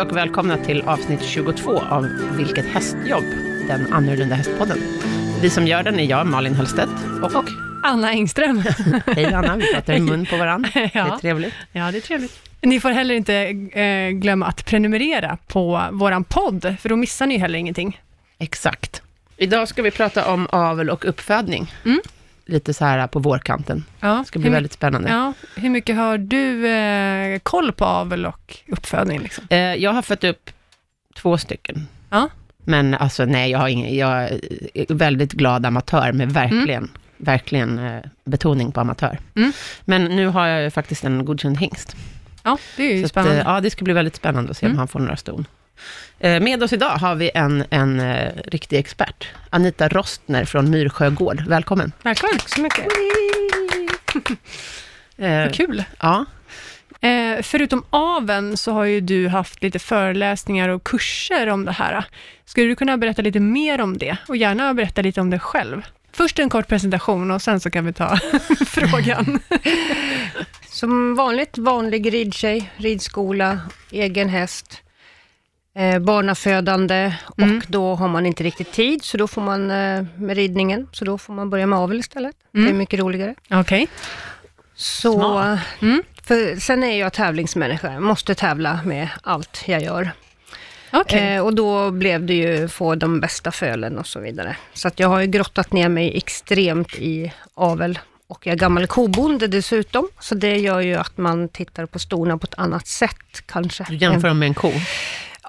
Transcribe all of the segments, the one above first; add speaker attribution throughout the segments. Speaker 1: och välkomna till avsnitt 22 av Vilket hästjobb? Den annorlunda hästpodden. Vi som gör den är jag, Malin Hellstedt, och, och
Speaker 2: Anna Engström.
Speaker 1: hej Anna, vi pratar i mun på varandra. Det är
Speaker 2: Ja.
Speaker 1: trevligt.
Speaker 2: ja, det är trevligt. Ni får heller inte eh, glömma att prenumerera på våran podd, för då missar ni heller ingenting.
Speaker 1: Exakt. Idag ska vi prata om avel och uppfödning.
Speaker 2: Mm.
Speaker 1: Lite så här på vårkanten.
Speaker 2: Ja,
Speaker 1: Det ska bli
Speaker 2: hur, my-
Speaker 1: väldigt spännande.
Speaker 2: ja, hur mycket har du eh, koll på avel och uppfödning? Liksom?
Speaker 1: Eh, Jag har fött upp två stycken.
Speaker 2: Ja.
Speaker 1: Men alltså nej, jag, har ingen, jag är väldigt glad amatör med verkligen, verkligen eh, betoning på amatör.
Speaker 2: Mm.
Speaker 1: Men nu har jag ju faktiskt en godkänd hingst.
Speaker 2: Ja, det är ju
Speaker 1: Så att,
Speaker 2: spännande.
Speaker 1: eh, ja, det ska bli väldigt spännande att se om
Speaker 2: Mm.
Speaker 1: han får några ston. Eh, Med oss idag har vi en, en eh, riktig expert, Anita Rostner från Myrsjö gård. Välkommen.
Speaker 2: Välkommen. Tack så mycket.
Speaker 1: Eh,
Speaker 2: Vad kul.
Speaker 1: Ja,
Speaker 2: Eh, förutom aven så har ju du haft lite föreläsningar och kurser om det här. Skulle du kunna berätta lite mer om det? Och gärna berätta lite om dig själv. Först en kort presentation och sen så kan vi ta frågan.
Speaker 3: Som vanligt vanlig ridtjej, ridskola, egen häst, eh, barnafödande och
Speaker 2: Mm.
Speaker 3: då har man inte riktigt tid, så då får man eh, med ridningen, så då får man börja med avel istället. Det är
Speaker 2: Mm.
Speaker 3: mycket roligare.
Speaker 2: Okej.
Speaker 3: Så, eh,
Speaker 1: Smart.
Speaker 2: Mm.
Speaker 3: för, sen är jag tävlingsmänniska, jag måste tävla med allt jag gör.
Speaker 2: Okej.
Speaker 3: Eh, och då blev det ju få de bästa fölen och så vidare. Så att jag har ju grottat ner mig extremt i avel. Och jag är gammal kobonde dessutom, så det gör ju att man tittar på storna på ett annat sätt kanske.
Speaker 1: du jämför dem med en ko.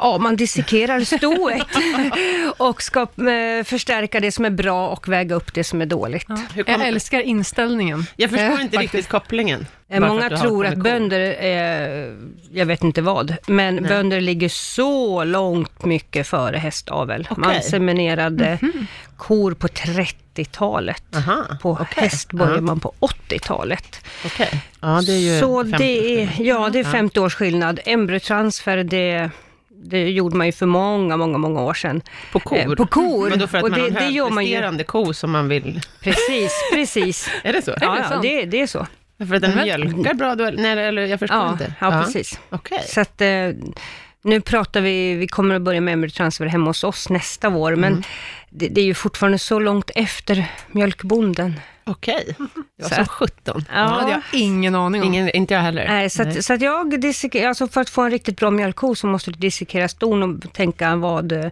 Speaker 3: Ja, man dissekerar stoet och ska eh, förstärka det som är bra och väga upp det som är dåligt.
Speaker 2: Ja.
Speaker 1: Hur kom-
Speaker 2: Jag älskar inställningen.
Speaker 1: Jag förstår
Speaker 3: Eh,
Speaker 1: inte riktigt kopplingen.
Speaker 3: Eh,
Speaker 1: Bara för
Speaker 3: Många
Speaker 1: du har
Speaker 3: tror
Speaker 1: hållit
Speaker 3: att
Speaker 1: på med ko.
Speaker 3: bönder är, jag vet inte vad, men bönder ligger så långt mycket före hästavel. Man
Speaker 1: Okej. Mhm.
Speaker 3: seminerade kor på 30-talet.
Speaker 1: Aha,
Speaker 3: På häst började
Speaker 1: Ah, Ja.
Speaker 3: man på 80-talet.
Speaker 1: okej. Ja, det är ju
Speaker 3: så
Speaker 1: 50.
Speaker 3: det är, ja, det är
Speaker 1: Ja.
Speaker 3: 50 års skillnad. Embryotransfer, det, det gjorde man ju för många, många, många år sedan.
Speaker 1: På kor?
Speaker 3: Eh, på kor.
Speaker 1: Men då för att
Speaker 3: Och
Speaker 1: man
Speaker 3: det-
Speaker 1: har en
Speaker 3: det gör man ju.
Speaker 1: högpresterande ko som man vill...
Speaker 3: Precis, precis.
Speaker 1: Är det så?
Speaker 3: Ja,
Speaker 2: det
Speaker 3: ja,
Speaker 2: sant?
Speaker 3: det, det är så.
Speaker 1: För att den
Speaker 2: Men-
Speaker 1: mjölkar bra då? eller- Nej, eller jag förstår
Speaker 3: Ja,
Speaker 1: inte.
Speaker 3: ja, precis.
Speaker 1: Okej.
Speaker 3: Så att, eh, nu pratar vi, vi kommer att börja med embryotransfer hemma hos oss nästa vår, men
Speaker 1: Mm.
Speaker 3: det, det är ju fortfarande så långt efter mjölkbonden.
Speaker 1: Okej. Det var
Speaker 3: Så
Speaker 1: som
Speaker 3: att-
Speaker 1: 17.
Speaker 2: Ja. Det hade jag ingen aning om.
Speaker 1: Ingen, inte jag heller.
Speaker 3: Nej, Eh, så,
Speaker 1: Nej.
Speaker 3: att, så att jag dissekerar, alltså för att få en riktigt bra mjölkko så måste du dissekera ston och tänka vad, eh,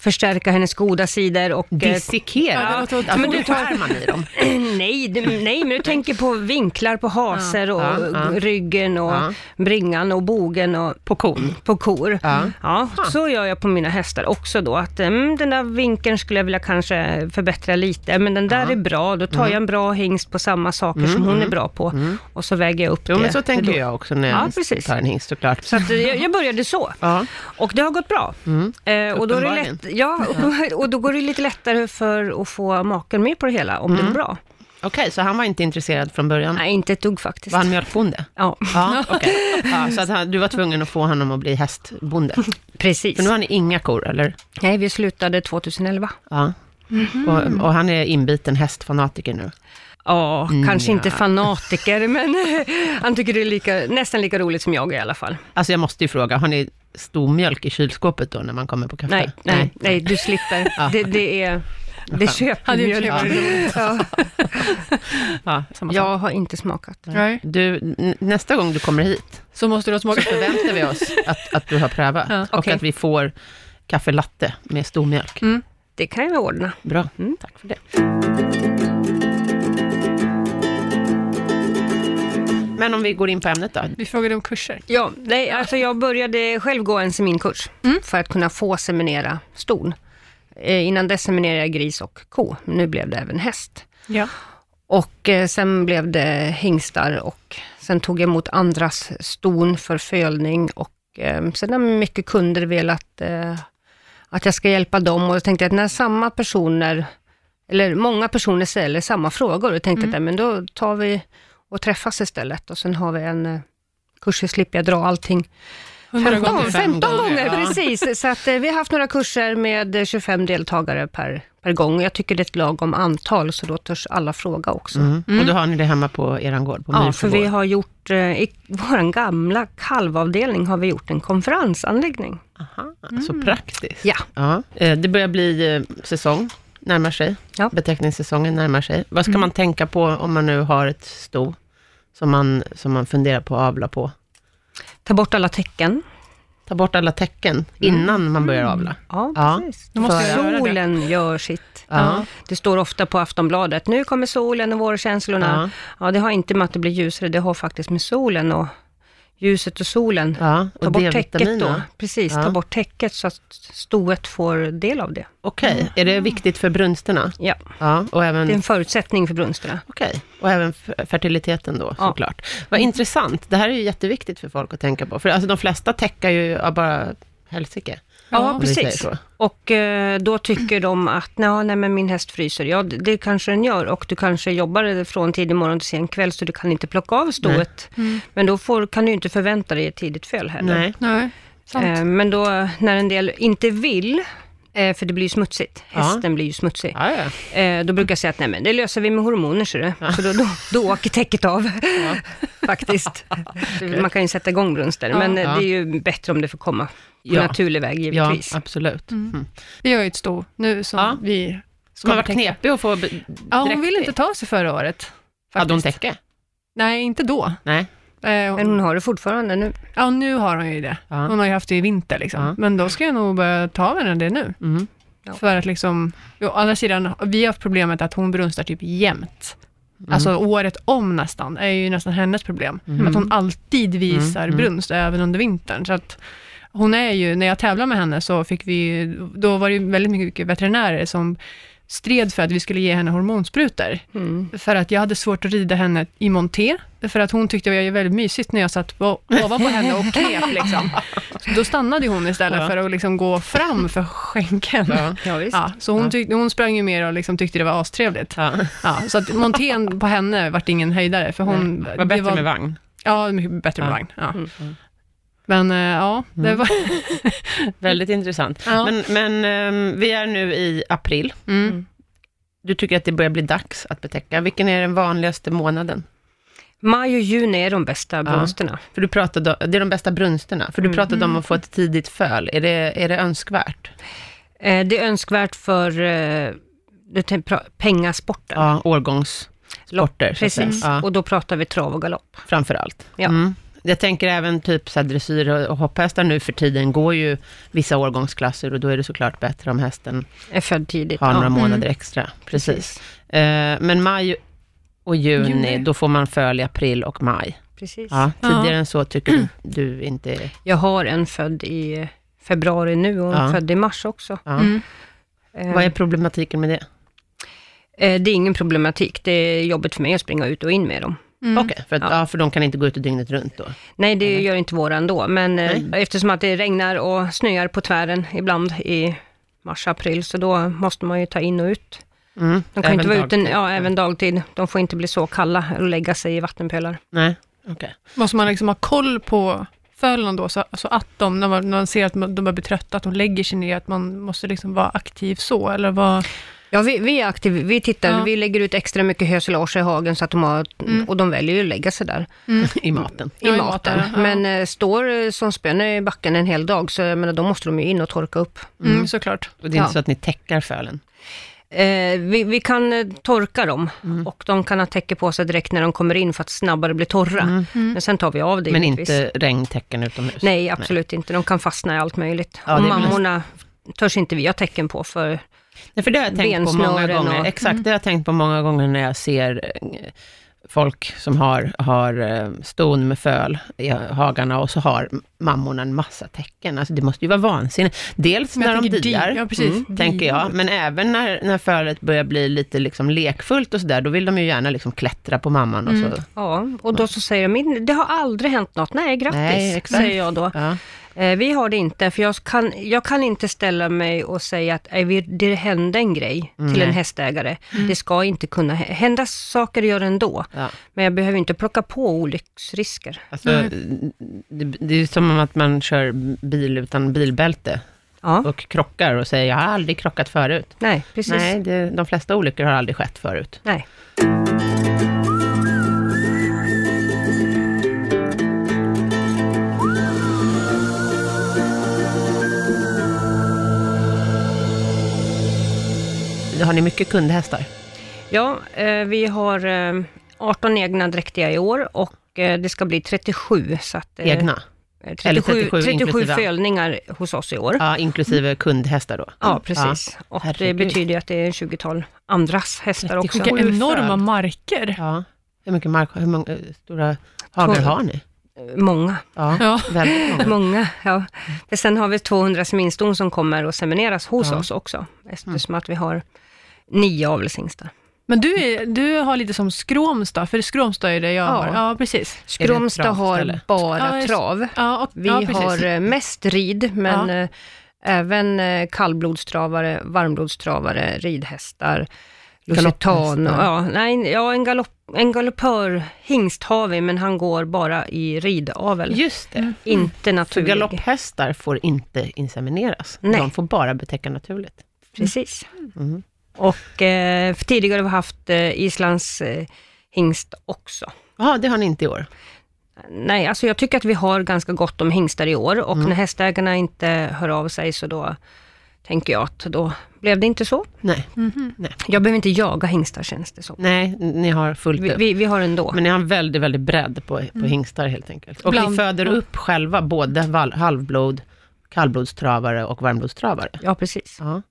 Speaker 3: förstärka hennes goda sidor och... eh,
Speaker 1: Dissekera?
Speaker 2: Ja, det
Speaker 1: alltså,
Speaker 2: låter
Speaker 1: men du
Speaker 2: otroligt.
Speaker 1: tar man i dem?
Speaker 3: nej, det- nej, men du tänker på vinklar på haser och
Speaker 1: Ja, ja.
Speaker 3: ryggen och
Speaker 1: Ja.
Speaker 3: bringan och bogen och
Speaker 1: På kon?
Speaker 3: på kor.
Speaker 1: Ja.
Speaker 3: Ja, så gör jag på mina hästar också då. Att, mm, den där vinkeln skulle jag vilja kanske förbättra lite, men den där är bra. Då tar
Speaker 1: Mm.
Speaker 3: jag en bra hingst på samma saker som hon är bra på och så väger jag upp
Speaker 1: Jo,
Speaker 3: det.
Speaker 1: men så tänker
Speaker 3: Då-
Speaker 1: jag också när
Speaker 3: Ja,
Speaker 1: jag
Speaker 3: precis.
Speaker 1: tar en hingst såklart.
Speaker 3: Så att eh, jag, jag började så.
Speaker 1: Ja.
Speaker 3: Och det har gått bra. Eh, och, då är det
Speaker 1: Mm. Uppenbarligen.
Speaker 3: lätt, ja, och då går det lite lättare för att få maken med på det hela, om
Speaker 1: Mm.
Speaker 3: det går bra.
Speaker 1: Okej, så han var inte intresserad från början?
Speaker 3: Nej, inte ett dugg faktiskt.
Speaker 1: Var han mjölkbonde?
Speaker 3: Ja,
Speaker 1: Ja, okej. Ja, så att han, du var tvungen att få honom att bli hästbonde?
Speaker 3: precis.
Speaker 1: För nu har ni inga kor, eller?
Speaker 3: Nej, vi slutade 2011.
Speaker 1: Ja.
Speaker 3: Mhm.
Speaker 1: Och, och han är inbiten hästfanatiker nu?
Speaker 3: Mm, Ja, kanske
Speaker 1: ja.
Speaker 3: inte fanatiker, men han tycker det är lika, nästan lika roligt som jag i alla fall.
Speaker 1: Alltså jag måste ju fråga, har ni stormjölk i kylskåpet då när man kommer på kaffe?
Speaker 3: Nej, nej, nej, du slipper. Det, det är... Det köper
Speaker 2: Hade ju
Speaker 3: mjölk.
Speaker 2: varit
Speaker 3: Ja.
Speaker 1: Ja.
Speaker 3: Jag har inte smakat.
Speaker 2: Nej.
Speaker 1: Du, n- nästa gång du kommer hit
Speaker 2: Så måste du ha
Speaker 1: så
Speaker 2: smakat.
Speaker 1: förväntar vi oss att, att du har prövat
Speaker 2: Ja,
Speaker 1: och
Speaker 3: okej.
Speaker 1: att vi får kaffe latte med stormjölk.
Speaker 3: Det kan jag ordna.
Speaker 1: Bra,
Speaker 3: Mm.
Speaker 1: tack för det. Men om vi går in på ämnet då.
Speaker 2: Vi frågade om kurser.
Speaker 3: Ja, Mm. nej, alltså jag började själv gå en seminkurs för att kunna få seminera ston. Eh, innan dess seminerade jag gris och ko, men nu blev det även häst.
Speaker 2: Ja.
Speaker 3: Och eh, sen blev det hingstar och sen tog jag emot andras ston för fölning och eh, sen har mycket kunder velat eh, att jag ska hjälpa dem och då tänkte jag att när samma personer, eller många personer ställer samma frågor, då tänkte jag att men då tar vi och träffas istället och sen har vi en eh, kurs, så slipper jag dra allting
Speaker 2: 100
Speaker 1: gånger.
Speaker 3: 15, 15 gånger,
Speaker 1: Ja.
Speaker 3: precis. Så att, eh, vi har haft några kurser med eh, 25 deltagare per, per gång. Jag tycker det är ett lagom antal, så då törs alla fråga också.
Speaker 1: Mm. Och då har ni det hemma på eran gård, på
Speaker 3: Ja, för
Speaker 1: Myrsjögård.
Speaker 3: vi har gjort, eh, i vår gamla kalvavdelning har vi gjort en konferensanläggning.
Speaker 1: Aha, Så praktiskt.
Speaker 3: Mm. Ja.
Speaker 1: Eh, Det börjar bli eh, säsong, närmar sig.
Speaker 3: Ja. Mm.
Speaker 1: Beteckningssäsongen närmar sig. Vad ska man tänka på om man nu har ett sto, som man, som man funderar på att avla på?
Speaker 3: Ta bort alla tecken.
Speaker 1: Ta bort alla tecken innan man börjar avla.
Speaker 3: Ja,
Speaker 1: Ja.
Speaker 3: Mm. precis.
Speaker 2: Då måste jag göra det.
Speaker 3: solen gör sitt.
Speaker 1: Ja.
Speaker 3: Det står ofta på Aftonbladet, nu kommer solen och vårkänslorna. Ja. det har inte med att det blir ljusare, det har faktiskt med solen och ljuset och solen.
Speaker 1: Ja,
Speaker 3: Ta
Speaker 1: och
Speaker 3: bort täcket
Speaker 1: D-vitaminer.
Speaker 3: då. Precis,
Speaker 1: Ja.
Speaker 3: ta bort täcket så att stoet får del av det.
Speaker 1: Okej, är det viktigt för brunsterna?
Speaker 3: Ja,
Speaker 1: Ja, och även
Speaker 3: Mm. det är en förutsättning för brunsterna.
Speaker 1: Okej, och även f- fertiliteten då
Speaker 3: Ja.
Speaker 1: såklart. Vad intressant, det här är ju jätteviktigt för folk att tänka på, för alltså, de flesta täckar ju ja, bara helsike.
Speaker 3: Ja,
Speaker 1: om vi säger
Speaker 3: precis.
Speaker 1: så.
Speaker 3: Och eh, då tycker de att, "Nå, nej men min häst fryser. Ja, det, det kanske den gör och du kanske jobbar från tidig morgon till sen kväll, så du kan inte plocka av stoet.
Speaker 1: Mm.
Speaker 3: Men då får, kan du ju inte förvänta dig ett tidigt föl heller.
Speaker 1: Nej.
Speaker 2: Nej, sant.
Speaker 3: Eh, Men då när en del inte vill, eh, för det blir ju smutsigt,
Speaker 1: Ja.
Speaker 3: hästen blir ju smutsig,
Speaker 1: Ja, ja.
Speaker 3: eh, då brukar jag säga att nej men det löser vi med hormoner ser du. Så då, då, då åker täcket av, faktiskt. Man kan ju sätta igång brunster,
Speaker 2: Ja.
Speaker 3: men eh,
Speaker 1: Ja.
Speaker 3: det är ju bättre om det får komma på
Speaker 1: Ja.
Speaker 3: naturlig väg
Speaker 1: ja
Speaker 3: givetvis.
Speaker 1: absolut. Mm.
Speaker 2: Vi har ju ett sto nu som
Speaker 1: Ja.
Speaker 2: vi...
Speaker 1: Ska man vara
Speaker 2: täcka.
Speaker 1: knepig och få... be-
Speaker 2: Ja, hon
Speaker 1: direkt
Speaker 2: ville
Speaker 1: i?
Speaker 2: inte ta sig förra året.
Speaker 1: Hade hon
Speaker 2: faktiskt.
Speaker 1: täcke?
Speaker 2: Nej, inte då.
Speaker 1: Nej.
Speaker 2: Eh,
Speaker 3: Men hon har det fortfarande nu.
Speaker 2: Ja, nu har hon ju det.
Speaker 1: Ja.
Speaker 2: Hon har ju haft det i vinter liksom.
Speaker 1: Ja.
Speaker 2: Men då ska jag nog börja ta av henne det nu.
Speaker 1: Mm.
Speaker 3: Ja.
Speaker 2: För att liksom, jo, å andra sidan, vi har haft problemet att hon brunstar typ jämt.
Speaker 1: Mm.
Speaker 2: Alltså året om nästan, är ju nästan hennes problem. Att hon alltid visar
Speaker 1: Mm.
Speaker 2: brunst, även under vintern. Så att hon är ju, när jag tävlade med henne så fick vi ju- då var det ju väldigt mycket veterinärer som stred för att vi skulle ge henne hormonsprutor.
Speaker 3: Mm.
Speaker 2: För att jag hade svårt att rida henne i monté, för att hon tyckte jag var väldigt mysigt när jag satt på- ovanpå henne och knep. Liksom. Så då stannade hon istället
Speaker 1: Ja.
Speaker 2: för att liksom gå fram för skänken.
Speaker 1: Ja.
Speaker 3: Ja, visst.
Speaker 2: Ja, så hon, tyck, hon sprang ju mer och liksom tyckte det var astrevligt.
Speaker 1: Ja.
Speaker 2: Ja, så att montén på henne vart ingen höjdare, för hon...
Speaker 1: Det var bättre med vagn.
Speaker 2: Ja, mycket bättre
Speaker 1: Ja.
Speaker 2: med vagn. Ja. Mm. Men eh, ja, det var...
Speaker 1: Väldigt intressant.
Speaker 2: Ja.
Speaker 1: Men, men ehm, vi är nu i april.
Speaker 2: Mm.
Speaker 1: Du tycker att det börjar bli dags att betäcka. Vilken är den vanligaste månaden?
Speaker 3: Maj och juni är de bästa blomsterna.
Speaker 1: För du pratade, det är de bästa brunsterna, för du pratade om att få ett tidigt föl. Är det, är det önskvärt?
Speaker 3: Eh, Det är önskvärt för eh, du tän- pra- pengasporten.
Speaker 1: Ja, årgångssporter. så att säga.
Speaker 3: Precis,
Speaker 1: Ja,
Speaker 3: och då pratar vi trav och galopp.
Speaker 1: framför allt.
Speaker 3: Ja.
Speaker 1: Mm. Jag tänker även typ så här dressyr och och hopphästar nu för tiden går ju vissa årgångsklasser och då är det såklart bättre om hästen
Speaker 3: Är född tidigt.
Speaker 1: har några
Speaker 3: Ja. Mm.
Speaker 1: månader extra. Precis. Eh, men maj och juni,
Speaker 2: Juni.
Speaker 1: då får man föl i april och maj.
Speaker 3: Precis.
Speaker 1: Ja, tidigare
Speaker 2: Ja.
Speaker 1: än så tycker du, du inte...
Speaker 3: Jag har en född i februari nu och en
Speaker 1: Ja.
Speaker 3: född i mars också.
Speaker 1: Ja.
Speaker 2: Mm.
Speaker 3: Eh,
Speaker 1: Vad är problematiken med det?
Speaker 3: eh, Det är ingen problematik. Det är jobbigt för mig att springa ut och in med dem.
Speaker 2: Mm.
Speaker 1: Okej, för, att, ja. för de kan inte gå ute dygnet runt då.
Speaker 3: Nej, det gör inte våra ändå, men eh, eftersom att det regnar och snöar på tvären ibland i mars, april, så då måste man ju ta in och ut.
Speaker 1: Mm.
Speaker 3: De kan ju
Speaker 1: även
Speaker 3: inte
Speaker 1: Mm.
Speaker 3: vara ute,
Speaker 1: dagtid.
Speaker 3: ja, även dagtid. De får inte bli så kalla och lägga sig i vattenpölar.
Speaker 1: Nej, okej.
Speaker 2: Måste man liksom ha koll på fölen då, så, så att de, när man, när man ser att man- de börjar bli trötta, att de lägger sig ner, att man måste liksom vara aktiv så, eller vad...
Speaker 3: Ja, vi, vi är aktiva. Vi tittar,
Speaker 2: Ja.
Speaker 3: vi lägger ut extra mycket hösilage i hagen så att de har, och de väljer ju att lägga sig där
Speaker 1: I maten.
Speaker 3: Mm. i
Speaker 2: Ja, i
Speaker 3: maten.
Speaker 2: maten, ja.
Speaker 3: Men eh, står eh, som spön i backen en hel dag, så jag menar, då måste de ju in och torka upp.
Speaker 2: Mm, Såklart.
Speaker 1: Och det är inte
Speaker 3: Ja.
Speaker 1: så att ni täckar fölen?
Speaker 3: Eh, vi, vi kan eh, torka dem och de kan ha täcke på sig direkt när de kommer in för att snabbare bli torra. Men sen tar vi av det
Speaker 1: Mm. Men
Speaker 3: givetvis.
Speaker 1: inte regntäcken utomhus?
Speaker 3: Nej, absolut inte. De kan fastna i allt möjligt.
Speaker 1: Ja,
Speaker 3: och
Speaker 1: det är väl-
Speaker 3: mammorna törs inte vi ha tecken på, för
Speaker 1: Nej, för det har jag tänkt på många
Speaker 3: Bensnören
Speaker 1: gånger.
Speaker 3: och-
Speaker 1: Exakt,
Speaker 2: Mm.
Speaker 1: det har jag tänkt på många gånger när jag ser eh, folk som har, har eh, ston med föl i hagarna och så har mammorna en massa tecken. Alltså det måste ju vara vansinne. Dels
Speaker 2: Men jag
Speaker 1: när de
Speaker 2: tänker di-
Speaker 1: diar, mm,
Speaker 2: ja, precis. Di-
Speaker 1: tänker jag, men även när, när fölet börjar bli lite liksom lekfullt och sådär, då vill de ju gärna liksom klättra på mamman
Speaker 2: Mm.
Speaker 1: och så.
Speaker 3: ja. Och då så säger jag, "Min- det har aldrig hänt något. Nej, grattis,
Speaker 1: Nej, exakt.
Speaker 3: säger jag då.
Speaker 1: Ja.
Speaker 3: Eh, Vi har det inte, för jag kan, jag kan inte ställa mig och säga att "Ej, vi- det hände en grej till
Speaker 1: Mm. Nej. Mm.
Speaker 3: en hästägare. Det ska inte kunna hä- hända saker gör det ändå,
Speaker 1: Ja.
Speaker 3: men jag behöver inte plocka på olycksrisker.
Speaker 1: Alltså,
Speaker 2: Mm.
Speaker 1: det, det är som att man kör bil utan bilbälte
Speaker 3: Ja,
Speaker 1: och krockar och säger, jag har aldrig krockat förut.
Speaker 3: nej, precis.
Speaker 1: Nej, det, de flesta olyckor har aldrig skett förut.
Speaker 3: nej.
Speaker 1: Har ni mycket kundhästar?
Speaker 3: Ja, eh, vi har eh, 18 egna dräktiga i år och eh, det ska bli 37. Så att, eh,
Speaker 1: Egna?
Speaker 3: eh, 37,
Speaker 1: Eller 37
Speaker 3: 37,
Speaker 1: inklusive.
Speaker 3: fölningar hos oss i år. Ja,
Speaker 1: Ja, inklusive kundhästar då?
Speaker 2: Mm.
Speaker 3: precis. Och
Speaker 1: Herregud.
Speaker 3: det betyder ju att det är 20-tal andras hästar också.
Speaker 1: 37.
Speaker 2: Vilka
Speaker 1: Sju
Speaker 2: enorma
Speaker 1: föl.
Speaker 2: marker.
Speaker 1: Ja. Hur mycket mark, hur många eh, stora hagar
Speaker 3: Tolv.
Speaker 1: har ni?
Speaker 3: Många.
Speaker 1: Ja,
Speaker 2: Ja.
Speaker 1: väldigt många.
Speaker 3: Många, ja. Men sen har vi 200 sminston som kommer och semineras hos
Speaker 1: Ja.
Speaker 3: oss också, eftersom
Speaker 2: Mm.
Speaker 3: att vi har nio avelshingstar.
Speaker 2: Men du, är, du har lite som Skråmstad, för Skråmstad är det jag
Speaker 3: Ja.
Speaker 2: har. Ja, precis.
Speaker 3: Skråmstad
Speaker 1: travställe?
Speaker 3: har bara
Speaker 2: Ja, just-
Speaker 3: trav.
Speaker 2: Ja, och,
Speaker 3: Vi
Speaker 2: ja, precis.
Speaker 3: har eh, mest rid, men
Speaker 2: Ja.
Speaker 3: eh, även eh, kallblodstravare, varmblodstravare, ridhästar, lusitan.
Speaker 1: Galopphästar.
Speaker 3: Ja, nej, ja, en, galopp, en galoppörhingst har vi, men han går bara i ridavel,
Speaker 1: Just det.
Speaker 3: Mm. inte
Speaker 1: Så
Speaker 3: naturlig. Mm.
Speaker 1: galopphästar får inte insemineras.
Speaker 3: Nej.
Speaker 1: De får bara betäcka naturligt.
Speaker 3: Precis.
Speaker 1: Mm.
Speaker 3: Och eh, för tidigare har vi haft eh, Islands eh, hingst också.
Speaker 1: Ja, det har ni inte i år.
Speaker 3: Nej, alltså jag tycker att vi har ganska gott om hingstar i år
Speaker 1: Mm.
Speaker 3: och när hästägarna inte hör av sig så då tänker jag att då blev det inte så.
Speaker 1: Nej,
Speaker 2: Mhm.
Speaker 3: Jag behöver inte jaga hingstar känns det som.
Speaker 1: Nej n- ni har fullt
Speaker 3: Vi, Mm.
Speaker 1: upp.
Speaker 3: vi, vi har ändå.
Speaker 1: Men ni har en väldigt, väldigt bredd på, på hingstar helt enkelt. Och ni
Speaker 2: Bland-
Speaker 1: föder
Speaker 2: ja.
Speaker 1: upp själva både val, halvblod, kallblodstravare och varmblodstravare.
Speaker 3: ja, precis.
Speaker 1: Ja.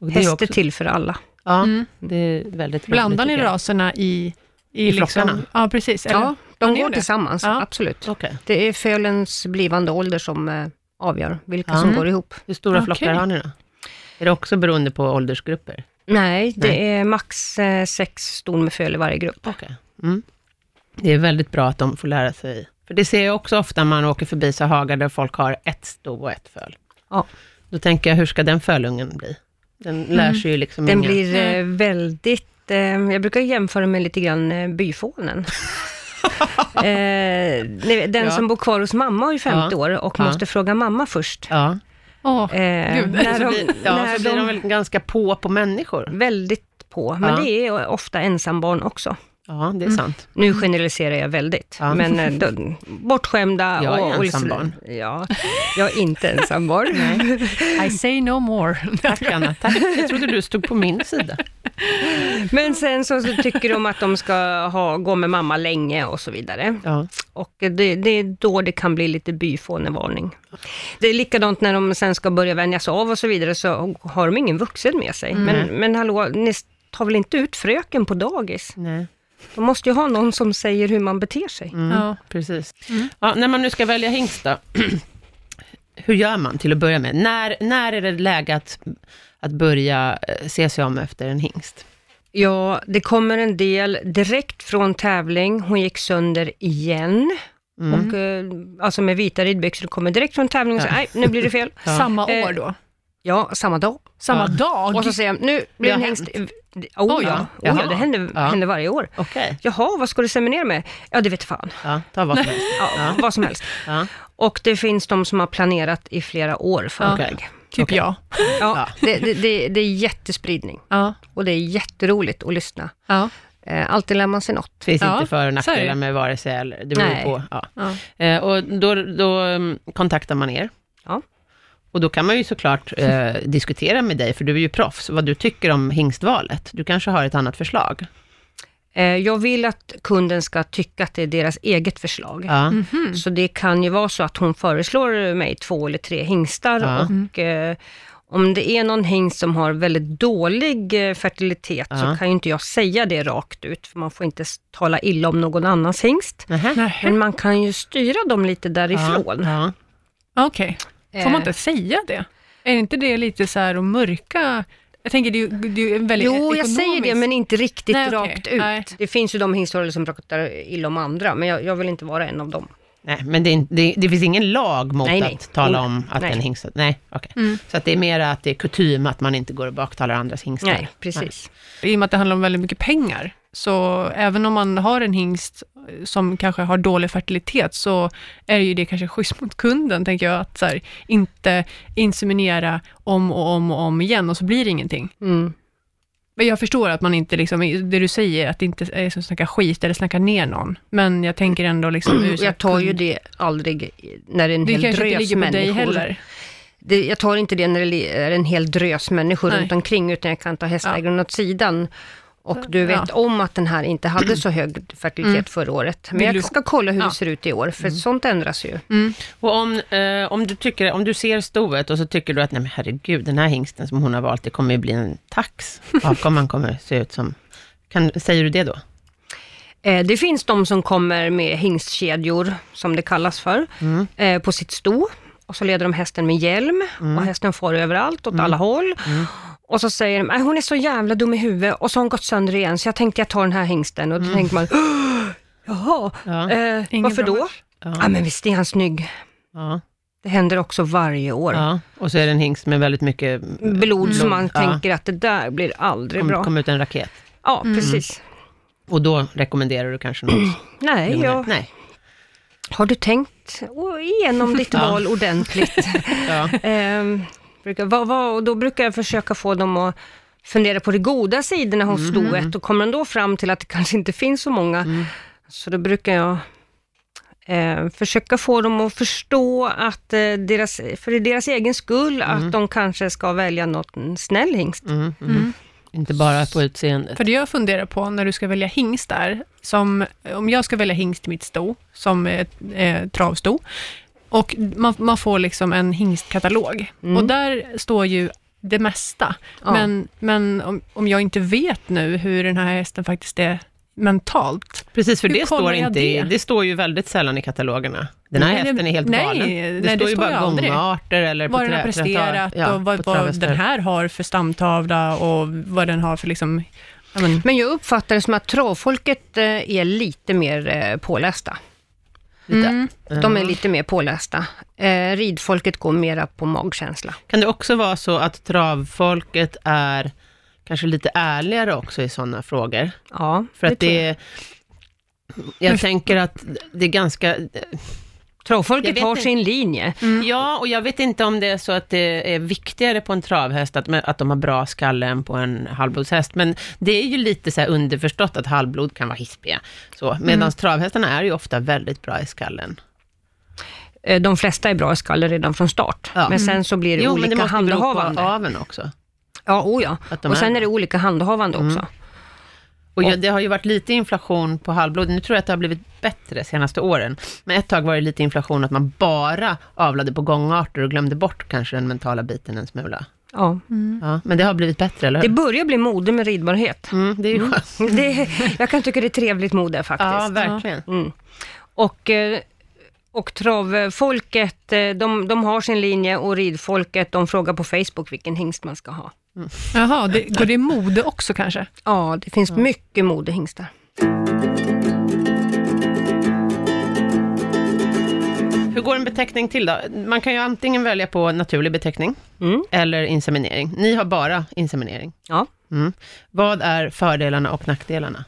Speaker 1: Och det är
Speaker 3: Häst är
Speaker 1: också,
Speaker 3: till för alla.
Speaker 1: ja,
Speaker 2: Mm.
Speaker 1: det är väldigt
Speaker 2: Blandar
Speaker 1: roligt,
Speaker 2: ni
Speaker 1: tycker jag.
Speaker 2: raserna i... I, liksom-
Speaker 1: I flockarna?
Speaker 2: Ja, precis. Eller?
Speaker 3: Ja,
Speaker 2: Ja,
Speaker 3: de
Speaker 2: ni gör
Speaker 3: går
Speaker 2: det.
Speaker 3: tillsammans,
Speaker 2: Ja.
Speaker 3: absolut.
Speaker 1: Okej.
Speaker 3: Det är fölens blivande ålder som eh, avgör vilka
Speaker 1: Ja.
Speaker 3: som
Speaker 1: Mm.
Speaker 3: går ihop.
Speaker 1: Hur stora
Speaker 2: Okej.
Speaker 1: flockar har ni då? Är det också beroende på åldersgrupper?
Speaker 3: Nej, det
Speaker 1: Nej.
Speaker 3: är max eh, sex ston med föl i varje grupp.
Speaker 1: Okej. Mm. Det är väldigt bra att de får lära sig. För det ser jag också ofta när man åker förbi så hagar där folk har ett sto och ett föl.
Speaker 3: Ja.
Speaker 1: Då tänker jag, hur ska den fölungen bli? Den lär sig ju liksom
Speaker 3: Den
Speaker 1: inga-
Speaker 3: blir eh, väldigt, eh, jag brukar jämföra med lite grann eh, byfånen. eh, nej, den
Speaker 1: Ja.
Speaker 3: som bor kvar hos mamma har ju 50
Speaker 1: Ja.
Speaker 3: år och
Speaker 1: Ja.
Speaker 3: måste fråga mamma först.
Speaker 1: Ja,
Speaker 2: Åh,
Speaker 3: Eh,
Speaker 2: Gud.
Speaker 3: när
Speaker 1: så,
Speaker 3: de,
Speaker 1: blir, ja
Speaker 3: när
Speaker 1: så blir de
Speaker 3: de
Speaker 1: väl ganska på på människor.
Speaker 3: väldigt på, men
Speaker 1: Ja.
Speaker 3: det är ofta ensambarn också.
Speaker 1: Ja, det är sant.
Speaker 3: Nu generaliserar jag väldigt,
Speaker 1: Mm. Ja.
Speaker 3: men eh, de, bortskämda
Speaker 1: Jag är
Speaker 3: och... och liksom-
Speaker 1: ensambarn.
Speaker 3: Ja, jag är inte ensambarn.
Speaker 2: Eh, I say no more.
Speaker 1: Tack Anna, tack. Jag trodde du stod på min sida.
Speaker 3: Men sen så, så tycker de att de ska ha, gå med mamma länge och så vidare.
Speaker 1: Ja.
Speaker 3: Och det, det är då det kan bli lite byfånevarning. Det är likadant när de sen ska börja vänjas av och så vidare, så har de ingen vuxen med sig. Men, men hallå, ni tar väl inte ut fröken på dagis?
Speaker 1: Nej.
Speaker 3: De måste ju ha någon som säger hur man beter sig.
Speaker 2: Ja.
Speaker 1: Precis. Ja, när man nu ska välja hingst då, hur gör man till att börja med? När, när är det läge att, att börja eh, se sig om efter en hingst?
Speaker 3: Ja, det kommer en del direkt från tävling. Hon gick sönder igen. Och, eh, alltså med vita ridbyxor, kommer direkt från tävling och säger, nej, nu blir det fel.
Speaker 2: Samma
Speaker 3: Eh,
Speaker 2: år då?
Speaker 3: Ja, samma dag.
Speaker 2: Samma dag?
Speaker 3: Och så säger jag, nu blir det
Speaker 1: har
Speaker 3: en hängst. Oh, ja. Oh, ja,
Speaker 1: Jaha.
Speaker 3: det händer,
Speaker 1: Ja.
Speaker 3: händer varje år.
Speaker 1: Okej,
Speaker 3: Jaha, vad ska du seminera med? Ja, det vet fan.
Speaker 1: ja, ta vad som helst.
Speaker 3: Ja, Vad som helst.
Speaker 1: Ja.
Speaker 3: Och det finns de som har planerat i flera år förväg.
Speaker 1: Okej.
Speaker 2: typ
Speaker 1: Okej.
Speaker 2: jag.
Speaker 3: Ja. Det, det, det, det är jättespridning
Speaker 2: Ja.
Speaker 3: och det är jätteroligt att lyssna.
Speaker 2: Ja.
Speaker 3: Eh, Alltid lär man sig något.
Speaker 1: Det finns
Speaker 2: Ja,
Speaker 1: inte för och
Speaker 2: så är det.
Speaker 1: nackdelar med vare sig eller, det beror ju
Speaker 3: Nej.
Speaker 1: på. Ja.
Speaker 2: Ja.
Speaker 1: Eh, och då, då mm, kontaktar man er.
Speaker 3: Ja.
Speaker 1: Och då kan man ju såklart eh, diskutera med dig, för du är ju proffs, vad du tycker om hingstvalet. Du kanske har ett annat förslag?
Speaker 3: Eh, Jag vill att kunden ska tycka att det är deras eget förslag.
Speaker 1: Ja.
Speaker 2: Mm.
Speaker 3: Så det kan ju vara så att hon föreslår mig två eller tre hingstar
Speaker 1: Ja.
Speaker 2: Mm.
Speaker 3: och eh, om det är någon hingst som har väldigt dålig eh, fertilitet
Speaker 1: Ja.
Speaker 3: så kan ju inte jag säga det rakt ut, för man får inte s- tala illa om någon annans hingst.
Speaker 1: Nähä.
Speaker 2: Nej.
Speaker 3: Men man kan ju styra dem lite därifrån.
Speaker 1: Ja. Ja.
Speaker 2: Okej. Får man
Speaker 3: Eh,
Speaker 2: inte säga det? Är inte det lite så här att mörka... Jag tänker, det är ju, det är ju en väldigt
Speaker 3: Jo, jag
Speaker 2: ekonomisk-
Speaker 3: säger det, men inte riktigt
Speaker 2: Nej, okej.
Speaker 3: rakt ut.
Speaker 2: Nej.
Speaker 3: Det finns ju de hingsthållare som pratar illa om andra, men jag, jag vill inte vara en av dem.
Speaker 1: Nej, men det, är in- det, det finns ingen lag mot
Speaker 3: Nej,
Speaker 1: att
Speaker 3: nej.
Speaker 1: tala
Speaker 3: Nej.
Speaker 1: om att
Speaker 3: Nej.
Speaker 1: en hingst... Nej, okej.
Speaker 2: Mm.
Speaker 1: Så att det är mer att det är kutym att man inte går och baktalar andras hingstar.
Speaker 3: Nej, precis.
Speaker 2: I och med att det handlar om väldigt mycket pengar, så även om man har en hingst eh, som kanske har dålig fertilitet, så är ju det kanske schysst mot kunden, tänker jag, att så här, inte inseminera om och om och om igen, och så blir det ingenting.
Speaker 3: Mm.
Speaker 2: Men jag förstår att man inte, liksom, det du säger, att det inte är som att snacka skit eller snacka ner någon, men jag tänker ändå liksom... ur så här
Speaker 3: Mm. Jag tar ju
Speaker 2: kund-
Speaker 3: det aldrig i- när det är en
Speaker 2: Det
Speaker 3: hel
Speaker 2: kanske inte
Speaker 3: drös
Speaker 2: ligger på
Speaker 3: människor.
Speaker 2: dig heller.
Speaker 3: Det, jag tar inte det när det är en hel drös människor
Speaker 2: Nej.
Speaker 3: runt omkring, utan jag kan ta hästägaren åt sidan. Och du vet om att den här inte hade så hög fertilitet förra året. Men
Speaker 2: Mm. Vill
Speaker 3: jag
Speaker 2: du- Mm.
Speaker 3: ska kolla hur
Speaker 2: Ja.
Speaker 3: det ser ut i år, för sånt ändras ju.
Speaker 1: Och om, eh, om, du tycker, om du ser stoet och så tycker du att nej men herregud, den här hingsten som hon har valt, det kommer ju bli en tax. Avkomman kommer se ut som... Kan, säger du det då?
Speaker 3: Eh, det finns de som kommer med hingstkedjor, som det kallas för, eh, på sitt sto. Och så leder de hästen med hjälm och hästen far överallt, åt alla håll. Och så säger de, "Nej, hon är så jävla dum i huvudet och så har hon gått sönder igen, så jag tänkte jag tar den här hingsten. Och då tänker man, "Åh, jaha,
Speaker 1: Ja.
Speaker 3: eh,
Speaker 2: Ingen
Speaker 3: varför
Speaker 2: bra
Speaker 3: då?
Speaker 2: match.
Speaker 3: Ja. men visst är han snygg.
Speaker 1: Ja.
Speaker 3: Det händer också varje år.
Speaker 1: ja. Och så är det en hingst med väldigt mycket...
Speaker 3: Blod som man
Speaker 1: Ja.
Speaker 3: tänker att det där blir aldrig
Speaker 1: Kommer
Speaker 3: Mm, bra.
Speaker 1: kom ut en raket.
Speaker 3: Ja, precis.
Speaker 1: Och då rekommenderar du kanske något?
Speaker 3: Nej, jag,
Speaker 1: Nej.
Speaker 3: har du tänkt igenom ditt
Speaker 1: Ja.
Speaker 3: val ordentligt?
Speaker 1: Ja.
Speaker 3: Ehm, brukar, vad, vad, och då brukar jag försöka få dem att fundera på de goda sidorna hos
Speaker 1: Mm.
Speaker 3: stoet och kommer de då fram till att det kanske inte finns så många, så då brukar jag eh, försöka få dem att förstå att eh, deras, för deras egen skull, att de kanske ska välja något en snäll hingst.
Speaker 1: Mm, mm. Inte bara på utseendet.
Speaker 2: För det jag funderar på när du ska välja hingst där, som, om jag ska välja hingst i mitt sto, som är ett eh, travsto, och man, man får liksom en hingstkatalog.
Speaker 1: Mm.
Speaker 2: Och där står ju det mesta.
Speaker 3: Ja.
Speaker 2: Men, men om, om jag inte vet nu hur den här hästen faktiskt är mentalt.
Speaker 1: Precis, för
Speaker 2: Hur
Speaker 1: det står,
Speaker 2: kollar jag
Speaker 1: inte i,
Speaker 2: det?
Speaker 1: det står ju väldigt sällan i katalogerna. Den här
Speaker 2: Nej, det-
Speaker 1: hästen är helt
Speaker 2: nej,
Speaker 1: galen.
Speaker 2: nej,
Speaker 1: Det
Speaker 2: det
Speaker 1: står ju
Speaker 2: står ju
Speaker 1: bara
Speaker 2: aldrig.
Speaker 1: gångarter eller på
Speaker 2: Vad den har
Speaker 1: trä-
Speaker 2: presterat
Speaker 1: trätar- ja,
Speaker 2: och vad,
Speaker 1: på
Speaker 2: vad
Speaker 1: travhästar.
Speaker 2: den här har för stamtavla och vad den har för liksom... ja, men,
Speaker 3: Men jag uppfattar det som att travfolket eh, är lite mer eh, pålästa.
Speaker 1: Lite. Mm.
Speaker 3: De är lite mer pålästa. Eh, Ridfolket går mera på magkänsla.
Speaker 1: Kan det också vara så att travfolket är kanske lite ärligare också i sådana frågor?
Speaker 3: Ja,
Speaker 1: För att
Speaker 3: tror jag.
Speaker 1: det är... Jag tänker att det är ganska... Jag
Speaker 3: Travfolket
Speaker 1: vet
Speaker 3: har
Speaker 1: inte.
Speaker 3: sin linje.
Speaker 1: Ja, och jag vet inte om det är så att det är viktigare på en travhäst att, att de har bra skalle än på en halvblodshäst. Men det är ju lite så här underförstått att halvblod kan vara hispiga. Så,
Speaker 3: Mm.
Speaker 1: medan travhästarna är ju ofta väldigt bra i skallen.
Speaker 3: Eh, De flesta är bra i skallen redan från start,
Speaker 1: Ja.
Speaker 3: men sen så blir det
Speaker 1: Jo, men det
Speaker 3: olika
Speaker 1: måste bero på
Speaker 3: handhavande.
Speaker 1: aveln också.
Speaker 3: Ja, oh ja.
Speaker 1: Att de
Speaker 3: Och sen
Speaker 1: är- Mm.
Speaker 3: är det olika handhavande också.
Speaker 1: Och jag, det har ju varit lite inflation på halvblod. Nu tror jag att det har blivit bättre de senaste åren. Men ett tag var det lite inflation att man bara avlade på gångarter och glömde bort kanske den mentala biten en smula.
Speaker 3: Ja.
Speaker 1: Ja, men det har blivit bättre, eller
Speaker 3: Mm. Det
Speaker 1: hur?
Speaker 3: börjar bli mode med ridbarhet.
Speaker 1: Mm, det är ju skönt.
Speaker 3: Det, jag kan tycka det är trevligt mode faktiskt.
Speaker 1: Ja, verkligen.
Speaker 3: Och, eh, och travfolket, eh, de, de har sin linje och ridfolket, de frågar på Facebook vilken hingst man ska ha.
Speaker 2: jaha, det, går det i mode också kanske?
Speaker 3: Ja, det finns mycket modehingstar.
Speaker 1: Hur går en beteckning till då? Man kan ju antingen välja på naturlig beteckning
Speaker 3: Mm.
Speaker 1: eller inseminering. Ni har bara inseminering.
Speaker 3: Ja.
Speaker 1: Mm. Vad är fördelarna och nackdelarna?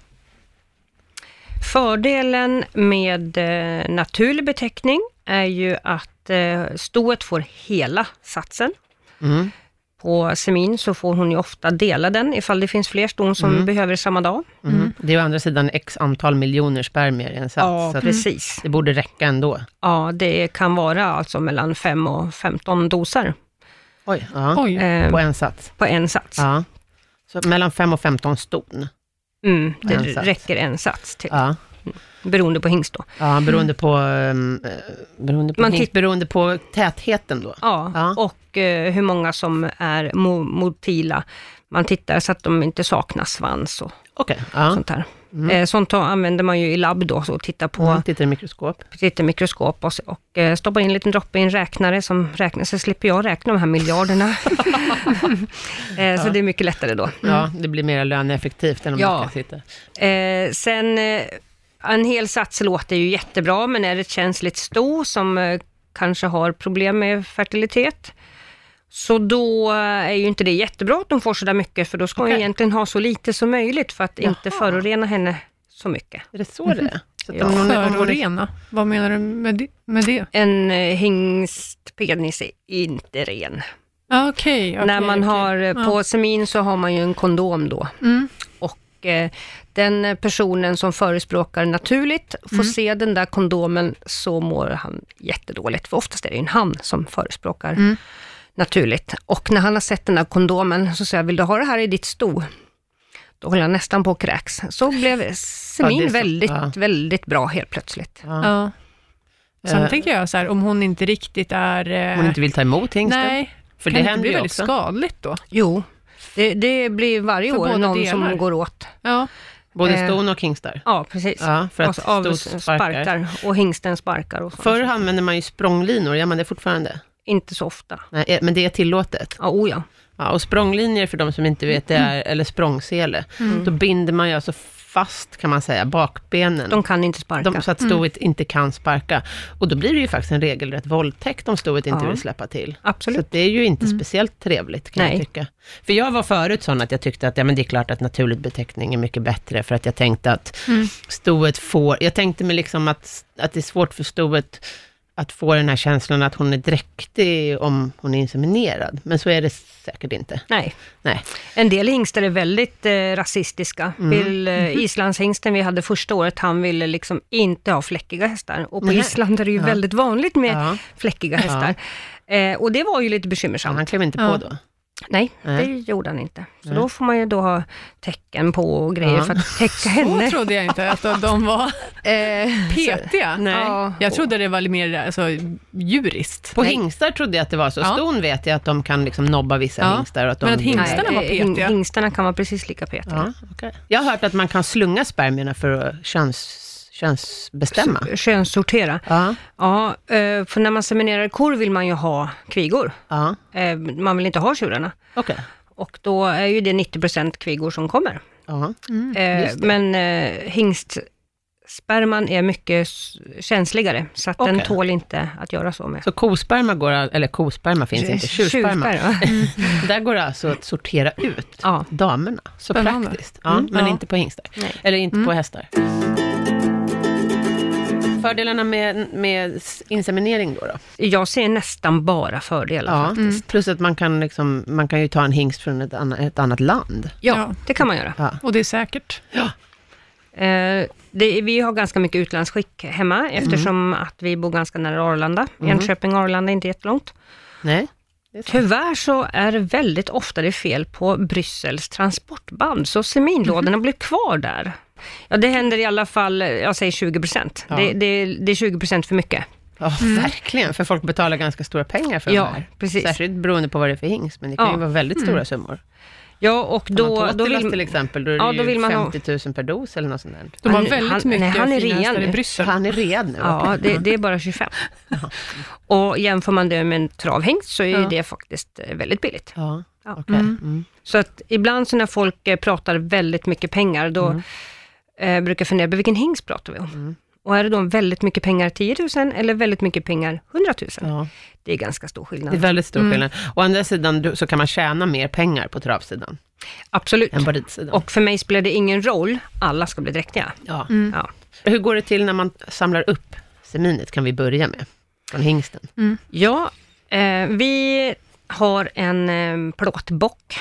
Speaker 3: Fördelen med eh, naturlig beteckning är ju att eh, stoet får hela satsen.
Speaker 1: Mm.
Speaker 3: På semin så får hon ju ofta dela den ifall det finns fler ston som behöver samma dag.
Speaker 1: Mm. Det är ju å andra sidan x antal miljoner spermier i en sats. så att
Speaker 3: precis.
Speaker 1: det borde räcka ändå.
Speaker 3: Mm. Ja, det kan vara alltså mellan 5 och 15 doser
Speaker 1: Oj, ja.
Speaker 2: Oj.
Speaker 3: eh,
Speaker 1: På en sats.
Speaker 3: på en sats.
Speaker 1: Ja. Så mellan 5 och 15 ston.
Speaker 3: Mm, det
Speaker 1: en sats.
Speaker 3: räcker en sats till,
Speaker 1: Ja.
Speaker 3: beroende på hingst då.
Speaker 1: Ja, beroende på, ehm, eh, beroende, på
Speaker 3: Man
Speaker 1: hingst,
Speaker 3: titt-
Speaker 1: beroende på tätheten då.
Speaker 3: Ja,
Speaker 1: Ja.
Speaker 3: och eh, hur många som är mo- motila. Man tittar så att de inte saknar svans och
Speaker 1: Okej, ja.
Speaker 3: sånt där. Eh, sånt tar- använder man ju i labb då, så tittar på
Speaker 1: Mm, Tittar i mikroskop.
Speaker 3: sitter mikroskop och, se- och eh, stoppar in en liten droppe i en räknare som räknar, så slipper jag räkna de här miljarderna. eh, så det är mycket lättare då.
Speaker 1: Ja, det blir mer löneeffektivt än om
Speaker 3: Mm. Ja.
Speaker 1: man ska sitta.
Speaker 3: Eh, sen eh, En hel sats låter ju jättebra, men är det ett känsligt sto som eh, kanske har problem med fertilitet, så då eh, är ju inte det jättebra att de får sådär mycket, för då ska
Speaker 1: Okej.
Speaker 3: hon egentligen ha så lite som möjligt för att inte
Speaker 1: Jaha.
Speaker 3: förorena henne så mycket.
Speaker 1: Är det så det är? Så att
Speaker 3: Ja.
Speaker 1: om hon- om hon är-
Speaker 2: Förorena, vad menar du med det? Med det?
Speaker 3: En eh, hingstpenis är inte ren.
Speaker 2: Ja, Ah, Okej, okej,
Speaker 3: När man
Speaker 2: okej.
Speaker 3: har, eh,
Speaker 2: Ja.
Speaker 3: på semin så har man ju en kondom då.
Speaker 2: Mm.
Speaker 3: Och eh, den personen som förespråkar naturligt får se den där kondomen så mår han jättedåligt. För oftast är det ju en han som förespråkar
Speaker 2: Mm.
Speaker 3: naturligt. Och när han har sett den där kondomen så säger jag, vill du ha det här i ditt sto? Då håller han nästan på och kräks. Så blev semin
Speaker 1: Ja, det är så.
Speaker 3: väldigt,
Speaker 1: Ja.
Speaker 3: väldigt bra helt plötsligt.
Speaker 1: Ja.
Speaker 2: Ja. Sen
Speaker 1: Eh,
Speaker 2: tänker jag så här, om hon inte riktigt är... eh,
Speaker 1: Om hon inte vill ta emot hingsten?
Speaker 2: nej,
Speaker 1: För
Speaker 2: kan
Speaker 1: det
Speaker 2: det inte
Speaker 1: händer
Speaker 2: bli
Speaker 1: ju
Speaker 2: väldigt
Speaker 1: också.
Speaker 2: skadligt då?
Speaker 3: Jo, det, det blir varje
Speaker 2: För båda
Speaker 3: år någon
Speaker 2: delar.
Speaker 3: som går åt.
Speaker 2: Ja,
Speaker 1: Både
Speaker 3: Eh,
Speaker 1: ston och hingstar?
Speaker 3: Ja, precis.
Speaker 1: Ja, för att
Speaker 3: Alltså, av
Speaker 1: stot
Speaker 3: sparkar.
Speaker 1: sparkar.
Speaker 3: och hingsten sparkar. Och sånt.
Speaker 1: Förr använde man ju språnglinor, gör man det fortfarande?
Speaker 3: Inte så ofta.
Speaker 1: Nej, eh, men det är tillåtet.
Speaker 3: Ja, oh ja.
Speaker 1: Ja, och språnglinjer, för de som inte vet, det är, eller språngsele, då binder man ju alltså fast, kan man säga, bakbenen.
Speaker 3: De kan inte sparka.
Speaker 1: De, så att stoet inte kan sparka. Och då blir det ju faktiskt en regelrätt våldtäkt om stoet inte
Speaker 3: Ja.
Speaker 1: vill släppa till. Så
Speaker 3: Absolut.
Speaker 1: att det är ju inte speciellt trevligt kan jag
Speaker 3: Nej.
Speaker 1: tycka. För jag var förut sån att jag tyckte att ja, men det är klart att naturligt beteckning är mycket bättre, för att jag tänkte att stoet får, jag tänkte mig liksom att, att det är svårt för stoet att få den här känslan att hon är dräktig om hon är inseminerad. Men så är det säkert inte.
Speaker 3: Nej.
Speaker 1: Nej.
Speaker 3: En del hingstar är väldigt eh, rasistiska.
Speaker 1: Mm.
Speaker 3: Vill, eh,
Speaker 1: Mm-hmm.
Speaker 3: Islandshingsten vi hade första året, han ville liksom inte ha fläckiga hästar. Och på
Speaker 1: Nej.
Speaker 3: Island är det ju
Speaker 1: Ja.
Speaker 3: väldigt vanligt med
Speaker 1: Ja.
Speaker 3: fläckiga hästar. Eh, och det var ju lite bekymmersamt.
Speaker 1: Han klev inte
Speaker 2: Ja.
Speaker 1: på då.
Speaker 3: Nej,
Speaker 1: Nej.
Speaker 3: det gjorde han inte. Så
Speaker 1: Nej.
Speaker 3: då får man ju då ha tecken på och grejer
Speaker 1: Ja.
Speaker 3: för att täcka
Speaker 2: så
Speaker 3: henne.
Speaker 2: trodde jag inte att de var
Speaker 3: Eh,
Speaker 2: petiga.
Speaker 1: Nej.
Speaker 3: Ja.
Speaker 2: Jag trodde det var lite mer alltså, djuriskt.
Speaker 1: På hingstar trodde jag att det var så.
Speaker 2: Ja.
Speaker 1: Ston vet jag att de kan liksom nobba vissa
Speaker 2: Ja.
Speaker 1: hingstar. Och att de
Speaker 2: Men att
Speaker 1: binder-
Speaker 2: hingstarna var
Speaker 3: eh, hing-
Speaker 2: petiga.
Speaker 3: Hingstarna kan vara precis lika petiga.
Speaker 1: Ja, okej. Jag har hört att man kan slunga spermierna för att köns, könsbestämma.
Speaker 3: Könssortera.
Speaker 1: Ja,
Speaker 3: Ja, eh, för när man seminerar kor vill man ju ha kvigor.
Speaker 1: ja.
Speaker 3: Eh, Man vill inte ha tjurarna.
Speaker 1: okej.
Speaker 3: Och då är ju det 90 kvigor som kommer.
Speaker 1: Ja.
Speaker 3: Eh,
Speaker 1: Mm, just det.
Speaker 3: Men eh, hingstsperman är mycket s- känsligare, så att den
Speaker 1: Okej.
Speaker 3: tål inte att göra så med.
Speaker 1: Så kosperma går, all- eller kosperma finns inte, tjursperma.
Speaker 3: Tjursperma.
Speaker 1: Där går det alltså att sortera ut
Speaker 3: Ja.
Speaker 1: damerna. Så
Speaker 2: Spännande.
Speaker 1: praktiskt. Ja,
Speaker 2: Mm.
Speaker 1: Men
Speaker 2: Ja.
Speaker 1: inte på hingstar.
Speaker 3: Nej.
Speaker 1: Eller inte på hästar. Fördelarna med, med s- inseminering då? då?
Speaker 3: Jag ser nästan bara fördelar.
Speaker 1: Ja,
Speaker 3: faktiskt.
Speaker 1: Plus att man kan, liksom, man kan ju ta en hingst från ett annat, ett annat land.
Speaker 3: Ja,
Speaker 2: Ja.
Speaker 3: det kan man göra.
Speaker 1: Ja.
Speaker 2: Och det är säkert.
Speaker 3: Eh, det, vi har ganska mycket utlandsskick hemma,
Speaker 1: Mm.
Speaker 3: eftersom att vi bor ganska nära Arlanda. Enköping och Arlanda är inte jättelångt.
Speaker 1: Nej?
Speaker 3: Tyvärr så är det väldigt ofta det är fel på Bryssels transportband, så
Speaker 1: Mhm.
Speaker 3: seminlådorna blir kvar där. Ja, det händer i alla fall, eh, jag säger 20 procent.
Speaker 1: Ja.
Speaker 3: Det, det, det är 20 procent för mycket.
Speaker 1: Ja, verkligen. För folk betalar ganska stora pengar för
Speaker 3: Ja,
Speaker 1: de här.
Speaker 3: precis.
Speaker 1: Särskilt beroende på vad det är för hingst, men det kan
Speaker 3: Ja.
Speaker 1: ju vara väldigt stora summor.
Speaker 3: Ja, och
Speaker 1: Då,
Speaker 3: då,
Speaker 1: man
Speaker 3: då
Speaker 1: då
Speaker 3: vill
Speaker 1: till exempel, då är
Speaker 3: ja,
Speaker 1: det
Speaker 3: då
Speaker 1: ju
Speaker 3: vill man ha-
Speaker 1: 50 000 per dos eller något sånt där.
Speaker 2: De har
Speaker 3: Han-
Speaker 2: väldigt
Speaker 3: han-
Speaker 2: mycket
Speaker 3: nej, han är
Speaker 2: fina
Speaker 3: ren
Speaker 2: hästar i
Speaker 3: nu.
Speaker 1: Så
Speaker 2: Bryssel.
Speaker 1: han är red nu.
Speaker 3: Ja, det, det är bara 25. Och jämför man det med en travhängst så är ju
Speaker 2: Ja.
Speaker 3: det faktiskt eh, väldigt billigt.
Speaker 1: Ja,
Speaker 3: Ja.
Speaker 1: okej.
Speaker 2: Mm.
Speaker 1: Mm.
Speaker 3: Så att ibland så när folk eh, pratar väldigt mycket pengar, då
Speaker 1: Mm.
Speaker 3: eh, brukar jag fundera på vilken hingst pratar vi om? Och är det då väldigt mycket pengar 10 000 eller väldigt mycket pengar 100 000?
Speaker 1: Ja,
Speaker 3: Det är ganska stor
Speaker 1: det är
Speaker 3: skillnad.
Speaker 1: väldigt stor skillnad. Å andra sidan du- så kan man tjäna mer pengar på travsidan
Speaker 3: Absolut.
Speaker 1: än på ridsidan.
Speaker 3: Och för mig spelar det ingen roll, alla ska bli dräktiga.
Speaker 1: ja.
Speaker 3: Ja.
Speaker 1: Hur går det till när man samlar upp seminet, kan vi börja med, från hingsten?
Speaker 3: Ja, eh, vi har en eh, plåtbock.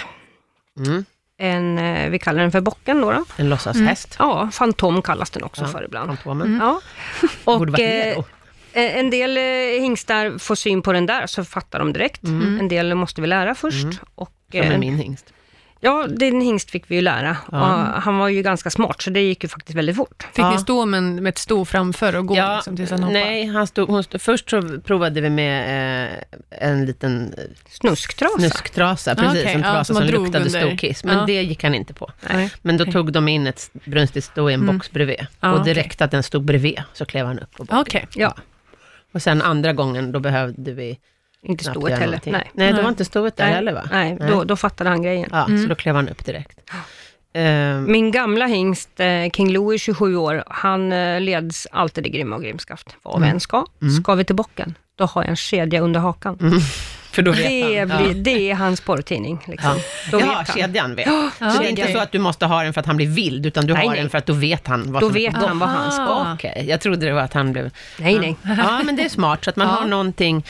Speaker 1: Mm.
Speaker 3: En, eh, vi kallar den för bocken då. då.
Speaker 1: En låtsashäst,
Speaker 3: Ja, fantom kallas den också
Speaker 1: Ja,
Speaker 3: för ibland.
Speaker 1: fantomen.
Speaker 3: Ja.
Speaker 1: Borde
Speaker 3: Mm. Och,
Speaker 1: vara
Speaker 3: eh,
Speaker 1: hero.
Speaker 3: Eh, En del eh, hingstar får syn på den där, så fattar de direkt. En del måste vi lära först. Och,
Speaker 1: Mm. Som är
Speaker 3: eh,
Speaker 1: min hingst.
Speaker 3: ja, din hingst fick vi ju lära. Och han var ju ganska smart, så det gick ju faktiskt väldigt fort.
Speaker 2: Fick
Speaker 1: Ja.
Speaker 2: ni stå med, en- med ett sto framför och gå liksom, tills han hoppade?
Speaker 1: nej, han stod, hon stod, först så provade vi med eh, en liten eh,
Speaker 3: Snusktrasa.
Speaker 1: snusktrasa, precis,
Speaker 2: okej,
Speaker 1: en
Speaker 2: ja,
Speaker 1: trasa
Speaker 2: som
Speaker 1: som,
Speaker 2: man drog
Speaker 1: luktade
Speaker 2: under.
Speaker 1: storkiss, men
Speaker 2: Ja.
Speaker 1: det gick han inte på.
Speaker 2: Nej.
Speaker 1: Men då
Speaker 2: Okej.
Speaker 1: tog de in ett brunstigt stå i en box bredvid,
Speaker 2: Ja,
Speaker 1: och
Speaker 2: okej.
Speaker 1: direkt att den stod bredvid så klev han upp och bak.
Speaker 2: Okej.
Speaker 3: Ja,
Speaker 1: Och sen andra gången, då behövde vi
Speaker 3: inte
Speaker 1: knappt
Speaker 3: stoet
Speaker 1: göra
Speaker 3: heller.
Speaker 1: någonting.
Speaker 3: Nej.
Speaker 1: Nej, det
Speaker 2: Nej.
Speaker 1: var inte stoet där heller va?
Speaker 3: Nej, då, då fattade han grejen.
Speaker 1: Ja, så då klev han upp direkt. Ehm,
Speaker 3: Min gamla hingst, eh, King Louis, 27 år, han eh, leds alltid i grimma och grimskaft. Vad
Speaker 1: Mm.
Speaker 3: vi än ska. Ska vi till bocken, då har jag en kedja under hakan.
Speaker 1: Mm. för då vet
Speaker 3: Det,
Speaker 1: han.
Speaker 3: blir, det är hans porrtidning. Liksom.
Speaker 1: Mm. Ja.
Speaker 3: Då vet
Speaker 1: ja,
Speaker 3: han.
Speaker 1: kedjan vet.
Speaker 3: Ja,
Speaker 1: så det är
Speaker 3: kedjan
Speaker 1: inte
Speaker 3: vet.
Speaker 1: så att du måste ha den för att han blir vild, utan du
Speaker 3: Nej,
Speaker 1: har
Speaker 3: nej.
Speaker 1: den för att då vet han vad
Speaker 3: Då
Speaker 1: som
Speaker 3: vet han vad han ska.
Speaker 1: Okej,
Speaker 2: Aha.
Speaker 1: jag trodde det var att han blev...
Speaker 3: Nej, nej.
Speaker 1: Mm. Ja, men det är smart, så att man
Speaker 2: Ja.
Speaker 1: har någonting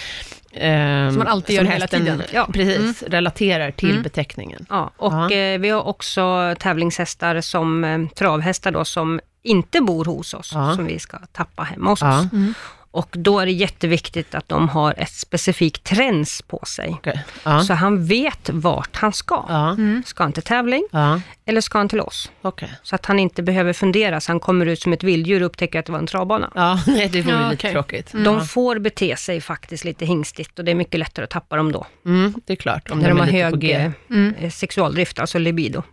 Speaker 1: ehm,
Speaker 2: Som man alltid
Speaker 1: som
Speaker 2: gör hela
Speaker 1: hästen-
Speaker 2: tiden.
Speaker 1: Ja, precis.
Speaker 3: Mm.
Speaker 1: Relaterar till beteckningen.
Speaker 3: Ja, och
Speaker 1: Ja.
Speaker 3: Eh, vi har också tävlingshästar som eh, travhästar då, som inte bor hos oss,
Speaker 1: Ja.
Speaker 3: som vi ska tappa hemma hos
Speaker 1: Ja. Mm.
Speaker 3: oss. Och då är det jätteviktigt att de har ett specifikt träns på sig.
Speaker 1: Okej. Ja.
Speaker 3: Så han vet vart han ska.
Speaker 1: Ja.
Speaker 3: Ska han till tävling
Speaker 1: Ja.
Speaker 3: eller ska han till oss?
Speaker 1: Okej.
Speaker 3: Så att han inte behöver fundera, så han kommer ut som ett vilddjur och upptäcker att det var en travbana.
Speaker 1: Ja, nej, det vore
Speaker 2: Ja,
Speaker 1: lite
Speaker 2: okej.
Speaker 1: tråkigt.
Speaker 3: De får bete sig faktiskt lite hingstigt och det är mycket lättare att tappa dem då.
Speaker 1: Mm, det är klart, om
Speaker 3: när de
Speaker 1: är
Speaker 3: har
Speaker 1: lite på
Speaker 3: hög
Speaker 1: G.
Speaker 3: eh,
Speaker 2: Mm,
Speaker 3: eh, sexualdrift, alltså libido.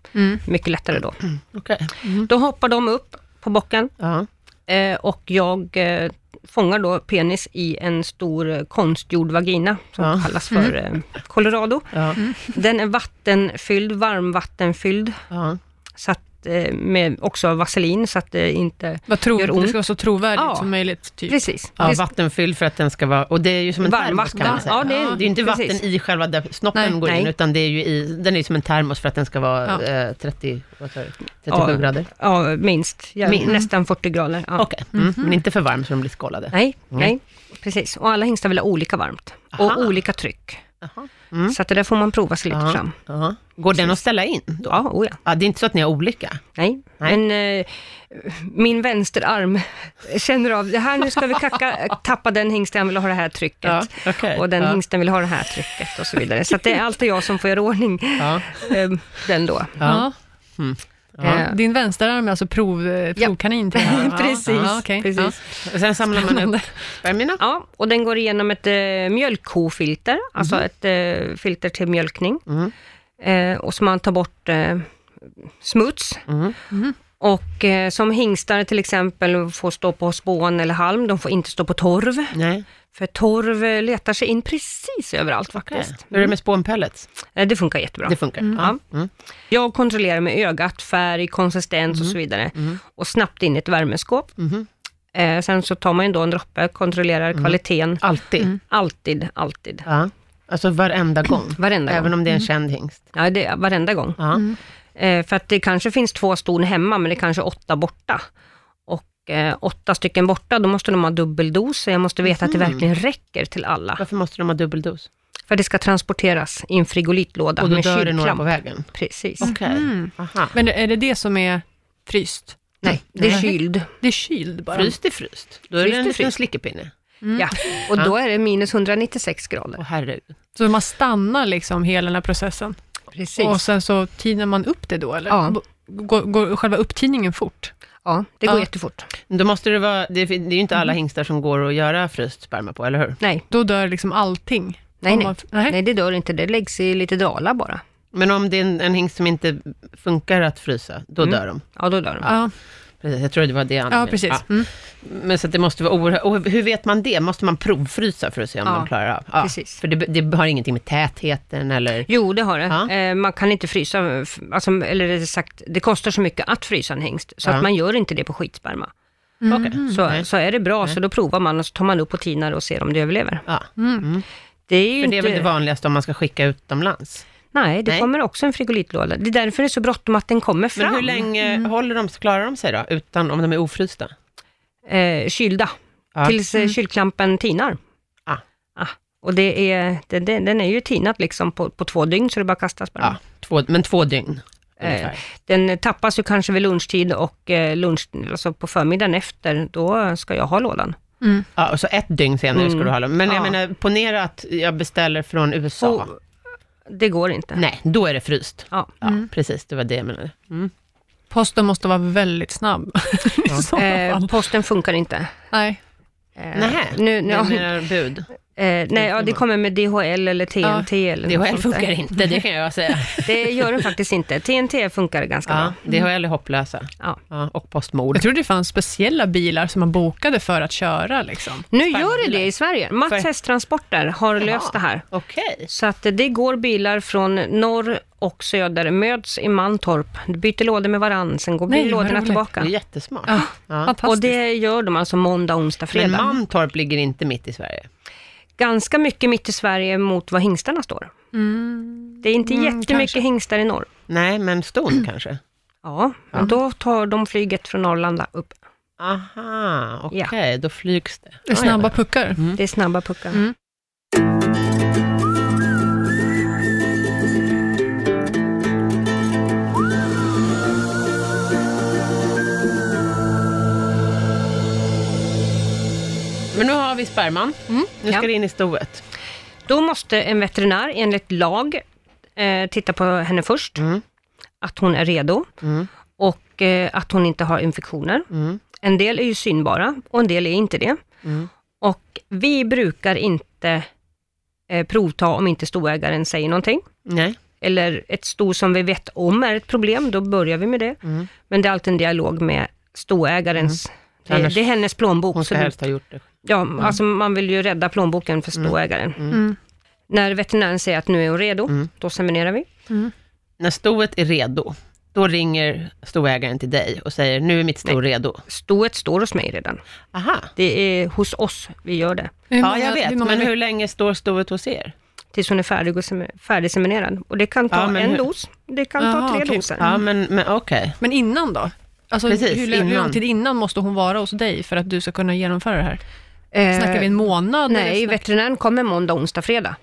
Speaker 3: Mycket lättare då.
Speaker 1: Okej.
Speaker 3: Då hoppar de upp på bocken
Speaker 1: Ja.
Speaker 3: eh, och jag eh, fångar då penis i en stor eh, konstgjord vagina som
Speaker 1: Ja. Mhm.
Speaker 3: kallas för eh, Colorado.
Speaker 1: Ja.
Speaker 3: Den är vattenfylld, varmvattenfylld,
Speaker 1: Ja.
Speaker 3: så att, eh, med också vaselin så att det inte...
Speaker 2: Vad tror
Speaker 3: Gör
Speaker 2: Det
Speaker 3: ont.
Speaker 2: ska vara så trovärdigt
Speaker 3: Ja.
Speaker 2: som möjligt. Typ.
Speaker 3: Precis.
Speaker 1: Ja,
Speaker 3: Visst-
Speaker 1: vattenfylld för att den ska vara, och det är ju som en termos kan man
Speaker 3: Varmvatten.
Speaker 1: säga.
Speaker 3: Ja, det,
Speaker 1: Det
Speaker 3: är,
Speaker 1: är ju inte
Speaker 3: precis.
Speaker 1: vatten i själva där snoppen
Speaker 2: Nej.
Speaker 1: går in,
Speaker 3: Nej.
Speaker 1: utan det är ju i, den är ju som en termos för att den ska vara
Speaker 2: Ja.
Speaker 1: eh, 30, vad sa du, 37
Speaker 3: Ja.
Speaker 1: grader.
Speaker 3: Ja, minst. Ja,
Speaker 1: Minst.
Speaker 3: Nästan 40 grader. Ja. Mm-hmm.
Speaker 1: Okej, mm. men inte för varm så de blir skållade.
Speaker 3: Nej, nej, precis. Och alla hingstar vill ha olika varmt
Speaker 1: Mm. Aha.
Speaker 3: och olika tryck.
Speaker 1: Jaha.
Speaker 3: Så att det där får man prova sig lite
Speaker 1: Ja.
Speaker 3: fram.
Speaker 1: Ja. Går den att ställa in?
Speaker 3: Ja, oh ja.
Speaker 1: Ja, det är inte så att ni har olika?
Speaker 3: Nej.
Speaker 1: Nej.
Speaker 3: Men eh, min vänsterarm känner av det här, nu ska vi kacka, tappa den hingsten vill ha det här trycket.
Speaker 1: okej.
Speaker 3: Och den
Speaker 1: ja.
Speaker 3: hingsten vill ha det här trycket och så vidare. Så att det är alltid jag som får göra ordning
Speaker 1: Ja.
Speaker 3: eh, den då.
Speaker 2: Ja.
Speaker 1: Ja.
Speaker 3: Eh,
Speaker 2: Din vänsterarm är alltså prov, eh,
Speaker 3: Ja.
Speaker 2: provkanin till det här?
Speaker 3: precis.
Speaker 2: Ja, okej.
Speaker 3: precis.
Speaker 1: Och sen samlar man upp spermierna?
Speaker 3: Ja, och den går igenom ett eh, mjölkkofilter, alltså ett eh, filter till mjölkning.
Speaker 1: Mhm. Mm.
Speaker 3: Eh, och så man tar bort eh, smuts.
Speaker 1: Mm.
Speaker 3: Och eh, som hingstar till exempel får stå på spån eller halm, de får inte stå på torv.
Speaker 1: Nej,
Speaker 3: För torv eh, letar sig in precis överallt
Speaker 1: okej.
Speaker 3: faktiskt.
Speaker 1: Hur är det med spånpellets?
Speaker 3: Eh, Det funkar jättebra.
Speaker 1: Det funkar? Ja. Mm.
Speaker 3: Jag kontrollerar med ögat, färg, konsistens
Speaker 1: Mm.
Speaker 3: och så vidare. Och snabbt in i ett värmeskåp.
Speaker 1: Mm-hmm.
Speaker 3: Eh, sen så tar man ju då en droppe, kontrollerar
Speaker 1: Mm.
Speaker 3: kvaliteten.
Speaker 1: Alltid?
Speaker 3: Mm. Alltid, alltid.
Speaker 1: Ja. Alltså varenda gång?
Speaker 3: Varenda
Speaker 1: Även
Speaker 3: gång.
Speaker 1: om det är en känd hingst?
Speaker 3: Ja, det, varenda gång.
Speaker 1: Ja.
Speaker 3: Eh, för att det kanske finns två ston hemma, men det kanske är åtta borta. Och eh, åtta stycken borta, då måste de ha dubbeldos, så jag måste veta att det verkligen räcker till alla.
Speaker 1: Varför måste de ha dubbeldos?
Speaker 3: För det ska transporteras i en frigolitlåda
Speaker 1: Och då
Speaker 3: med Mm.
Speaker 1: dör det några
Speaker 3: kylklamp.
Speaker 1: på vägen?
Speaker 3: Precis.
Speaker 1: Okej. Aha.
Speaker 2: Men är det det som är fryst?
Speaker 3: Nej, det
Speaker 1: Nej.
Speaker 3: är kyld.
Speaker 2: Det är kyld bara?
Speaker 1: Fryst är fryst. Då är
Speaker 3: Fryst
Speaker 1: det
Speaker 3: är
Speaker 1: en liten
Speaker 3: fryst.
Speaker 1: slickepinne.
Speaker 3: Ja, och då är det minus 196
Speaker 1: Åh
Speaker 3: grader.
Speaker 1: herregud.
Speaker 2: Så man stannar liksom hela den här processen?
Speaker 3: Precis.
Speaker 2: Och sen så tinar man upp det då, eller?
Speaker 3: Ja.
Speaker 2: B- Går, går själva upptiningen fort?
Speaker 3: Ja, det går
Speaker 2: Ja.
Speaker 3: jättefort.
Speaker 1: Då måste det vara, det, det är ju inte
Speaker 3: Mm.
Speaker 1: alla hingstar som går att göra fryst sperma på, eller hur?
Speaker 3: Nej,
Speaker 2: Då dör liksom allting?
Speaker 3: nej,
Speaker 2: Om
Speaker 3: nej.
Speaker 2: man- nej.
Speaker 3: Nej, det dör inte. Det läggs i lite dalar bara.
Speaker 1: Men om det är en, en hingst som inte funkar att frysa, då dör de.
Speaker 3: Ja, då dör de.
Speaker 2: Ja,
Speaker 1: Precis, jag tror det var det han
Speaker 2: ja precis. Mm.
Speaker 1: Men så att det måste vara oerhört, och hur vet man det? Måste man provfrysa för att se om
Speaker 3: Ja,
Speaker 1: de klarar av? Ja,
Speaker 3: precis.
Speaker 1: För det, det har ingenting med tätheten eller...
Speaker 3: Jo, det har det.
Speaker 1: Ja.
Speaker 3: Eh, man kan inte frysa, f- alltså, eller rättare sagt, det kostar så mycket att frysa en hingst, så
Speaker 1: Ja.
Speaker 3: att man gör inte det på skitsperma.
Speaker 1: Mm.
Speaker 3: Så, så är det bra, så då provar man och så tar man upp och tinar och ser om det överlever.
Speaker 1: Ja.
Speaker 3: Mm. Det är ju
Speaker 1: För det är väl det
Speaker 3: inte...
Speaker 1: vanligaste om man ska skicka utomlands.
Speaker 3: Nej, det
Speaker 1: Nej.
Speaker 3: kommer också en frigolitlåda. Det är därför det är så bråttom att den kommer
Speaker 1: Men
Speaker 3: fram.
Speaker 1: hur länge håller de, klarar de sig då, utan om de är ofrysta?
Speaker 3: Eh, kylda,
Speaker 1: Ja. Mm.
Speaker 3: tills eh, kylklampen tinar.
Speaker 1: Ah.
Speaker 3: Ah. Och det är, den, den den är ju tinat liksom på, på två dygn, så det bara kastas sperma.
Speaker 1: Ja, två, men två dygn
Speaker 3: Eh,
Speaker 1: ungefär.
Speaker 3: den tappas ju kanske vid lunchtid och eh, lunch, alltså på förmiddagen efter, då ska jag ha lådan.
Speaker 2: Mm.
Speaker 1: Ja, och så ett dygn senare ska du ha dem. Men jag
Speaker 3: Ja.
Speaker 1: menar, ponera att jag beställer från USA.
Speaker 3: Och- Det går inte.
Speaker 1: Nej, då är det fryst.
Speaker 3: Ja.
Speaker 1: Ja, precis, det var det jag menade.
Speaker 2: Posten måste vara väldigt snabb. I sådana
Speaker 3: Eh,
Speaker 2: fall.
Speaker 3: posten funkar inte.
Speaker 2: Nej.
Speaker 3: Eh,
Speaker 1: Nej,
Speaker 3: nu, nu,
Speaker 1: jag menar bud.
Speaker 3: eh, nej, ja, det kommer med DHL eller TNT. eller något
Speaker 1: DHL
Speaker 3: sånt
Speaker 1: funkar
Speaker 3: där.
Speaker 1: inte, det kan jag säga.
Speaker 3: Det gör den faktiskt inte. TNT funkar ganska
Speaker 1: Ja,
Speaker 3: bra.
Speaker 1: DHL är hopplösa.
Speaker 3: Ja.
Speaker 1: Ja, och Postmord.
Speaker 2: Jag trodde det fanns speciella bilar som man bokade för att köra. Liksom.
Speaker 3: Nu gör det det i Sverige. Mats
Speaker 1: För-
Speaker 3: Hästtransporter har löst det här.
Speaker 1: Okej.
Speaker 3: Så att det går bilar från norr och Söder möts i Mantorp, byter lådor med varann, sen går
Speaker 2: Nej, vad
Speaker 3: lådorna
Speaker 2: roligt.
Speaker 1: Det
Speaker 3: tillbaka.
Speaker 1: är jättesmart.
Speaker 2: Ja,
Speaker 1: Ja.
Speaker 2: Ah, Fantastiskt.
Speaker 3: Och det gör de alltså måndag, onsdag,
Speaker 1: Men
Speaker 3: fredag.
Speaker 1: Mantorp ligger inte mitt i Sverige.
Speaker 3: Ganska mycket mitt i Sverige mot var hingstarna står.
Speaker 2: Mm.
Speaker 3: Det är inte
Speaker 2: Mm,
Speaker 3: jättemycket
Speaker 2: kanske.
Speaker 3: hingstar i norr.
Speaker 1: Nej, men Ston kanske?
Speaker 3: Ja, men då tar de flyget från Norrland upp.
Speaker 1: Aha, okej, då flygs det.
Speaker 2: Det är
Speaker 1: Ja, ja.
Speaker 2: snabba puckar.
Speaker 3: Det är snabba puckar.
Speaker 2: Mm.
Speaker 1: Men nu har vi sperman. Nu ska
Speaker 3: Ja.
Speaker 1: det in i stoet.
Speaker 3: Då måste en veterinär enligt lag eh, titta på henne först,
Speaker 1: Mm.
Speaker 3: att hon är redo
Speaker 1: Mm.
Speaker 3: och eh, att hon inte har infektioner.
Speaker 1: Mm.
Speaker 3: En del är ju synbara och en del är inte det.
Speaker 1: Mm.
Speaker 3: Och vi brukar inte eh, provta om inte stoägaren säger någonting.
Speaker 1: Nej.
Speaker 3: Eller ett sto som vi vet om är ett problem, då börjar vi med det.
Speaker 1: Mm.
Speaker 3: Men det är alltid en dialog med stoägarens,
Speaker 1: Mm.
Speaker 3: det,
Speaker 1: Annars-
Speaker 3: det är hennes plånbok.
Speaker 1: Hon
Speaker 3: så
Speaker 1: ska
Speaker 3: det-
Speaker 1: helst ha gjort det.
Speaker 3: Ja, alltså man vill ju rädda plånboken för stoägaren.
Speaker 2: Mm.
Speaker 3: När veterinären säger att nu är hon redo,
Speaker 1: Mm.
Speaker 3: då seminerar vi.
Speaker 1: När stoet är redo, då ringer stoägaren till dig och säger, nu är mitt sto redo.
Speaker 3: Stoet står hos mig redan.
Speaker 1: Aha.
Speaker 3: Det är hos oss vi gör det.
Speaker 2: Hur
Speaker 1: Ja,
Speaker 2: många-
Speaker 1: jag vet,
Speaker 2: hur många
Speaker 1: men hur länge står stoet hos er?
Speaker 3: Tills hon är färdig och sem- färdigseminerad. Och det kan ta
Speaker 1: Ja, men
Speaker 3: en
Speaker 1: hur-
Speaker 3: dos, det kan
Speaker 2: Jaha,
Speaker 3: ta tre
Speaker 2: okej.
Speaker 3: doser.
Speaker 1: Ja, men, men okej.
Speaker 2: Men innan då? Alltså,
Speaker 1: Precis,
Speaker 2: hur lång- hur lång
Speaker 1: innan.
Speaker 2: tid innan måste hon vara hos dig för att du ska kunna genomföra det här?
Speaker 3: Eh,
Speaker 2: Snackar vi en månad? eller
Speaker 3: Nej,
Speaker 2: snack-
Speaker 3: veterinären kommer måndag, onsdag, fredag.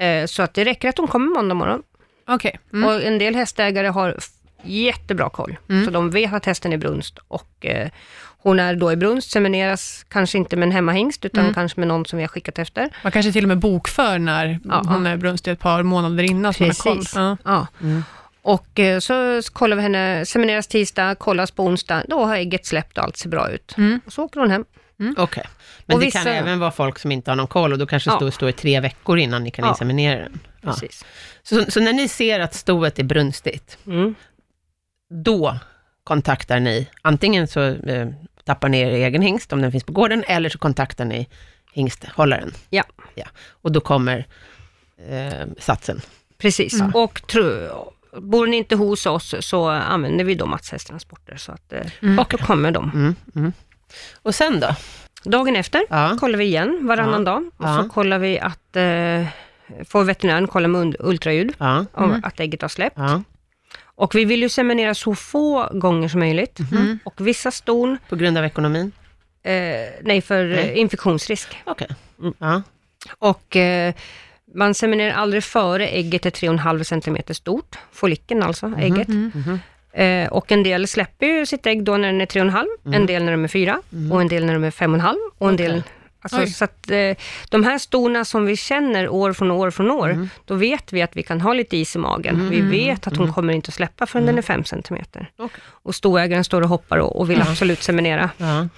Speaker 3: Eh, Så att det räcker att hon kommer måndag morgon.
Speaker 2: Okej. Mm.
Speaker 3: Och en del hästägare har f- jättebra koll, så de vet att hästen är brunst. Och eh, hon är då i brunst, semineras kanske inte med en hemmahingst, utan
Speaker 2: Mm.
Speaker 3: kanske med någon som vi har skickat efter.
Speaker 2: Man kanske till och med bokför när
Speaker 3: Ja.
Speaker 2: hon är brunstig ett par månader innan. så man har koll.
Speaker 3: Precis.
Speaker 2: Ja.
Speaker 3: Ja.
Speaker 1: Mm.
Speaker 3: Och eh, så kollar vi henne, semineras tisdag, kollas på onsdag, då har ägget släppt och allt ser bra ut.
Speaker 1: Mm.
Speaker 3: Och så åker hon hem.
Speaker 1: Okej. Men
Speaker 3: Och
Speaker 1: det
Speaker 3: vissa-
Speaker 1: kan även vara folk som inte har någon koll och då kanske
Speaker 3: Ja.
Speaker 1: stoet står i tre veckor innan ni kan
Speaker 3: Ja.
Speaker 1: inseminera den. Ja.
Speaker 3: Precis.
Speaker 1: Så, så när ni ser att stoet är brunstigt,
Speaker 3: Mm.
Speaker 1: då kontaktar ni, antingen så eh, tappar ni er egen hingst om den finns på gården, eller så kontaktar ni hingsthållaren.
Speaker 3: Ja.
Speaker 1: ja. Och då kommer eh, satsen.
Speaker 3: Precis.
Speaker 1: Mm.
Speaker 3: Och tro, bor ni inte hos oss så använder vi då Mats hästtransporter, så att eh,
Speaker 1: Mm.
Speaker 3: då kommer de.
Speaker 1: Mm, mm. Och sen då?
Speaker 3: Dagen efter
Speaker 1: Ja.
Speaker 3: kollar vi igen varannan
Speaker 1: Ja.
Speaker 3: dag och
Speaker 1: Ja.
Speaker 3: så kollar vi att, eh, får veterinären kolla med und- ultraljud
Speaker 1: Ja.
Speaker 3: om att ägget har släppt.
Speaker 1: ja.
Speaker 3: Och vi vill ju seminera så få gånger som möjligt.
Speaker 1: Mm.
Speaker 3: Och vissa ston,
Speaker 1: På grund av ekonomin?
Speaker 3: eh, nej för eh,
Speaker 1: Nej.
Speaker 3: infektionsrisk.
Speaker 1: Okej.
Speaker 3: Mm.
Speaker 1: Ja.
Speaker 3: Och eh, man seminerar aldrig före ägget är 3,5 cm stort, follikeln alltså, ägget. Eh, och en del släpper ju sitt ägg då när den är 3,5, en del när de är 4 och en del när de är 5,5 och en del Alltså,
Speaker 2: Oj.
Speaker 3: så att, eh, de här storna som vi känner år från år från år, då vet vi att vi kan ha lite is i magen. Vi vet att hon kommer inte att släppa förrän den är 5 cm.
Speaker 1: Okej.
Speaker 3: Och stoägaren står och hoppar och, och vill absolut seminera.
Speaker 1: Ja.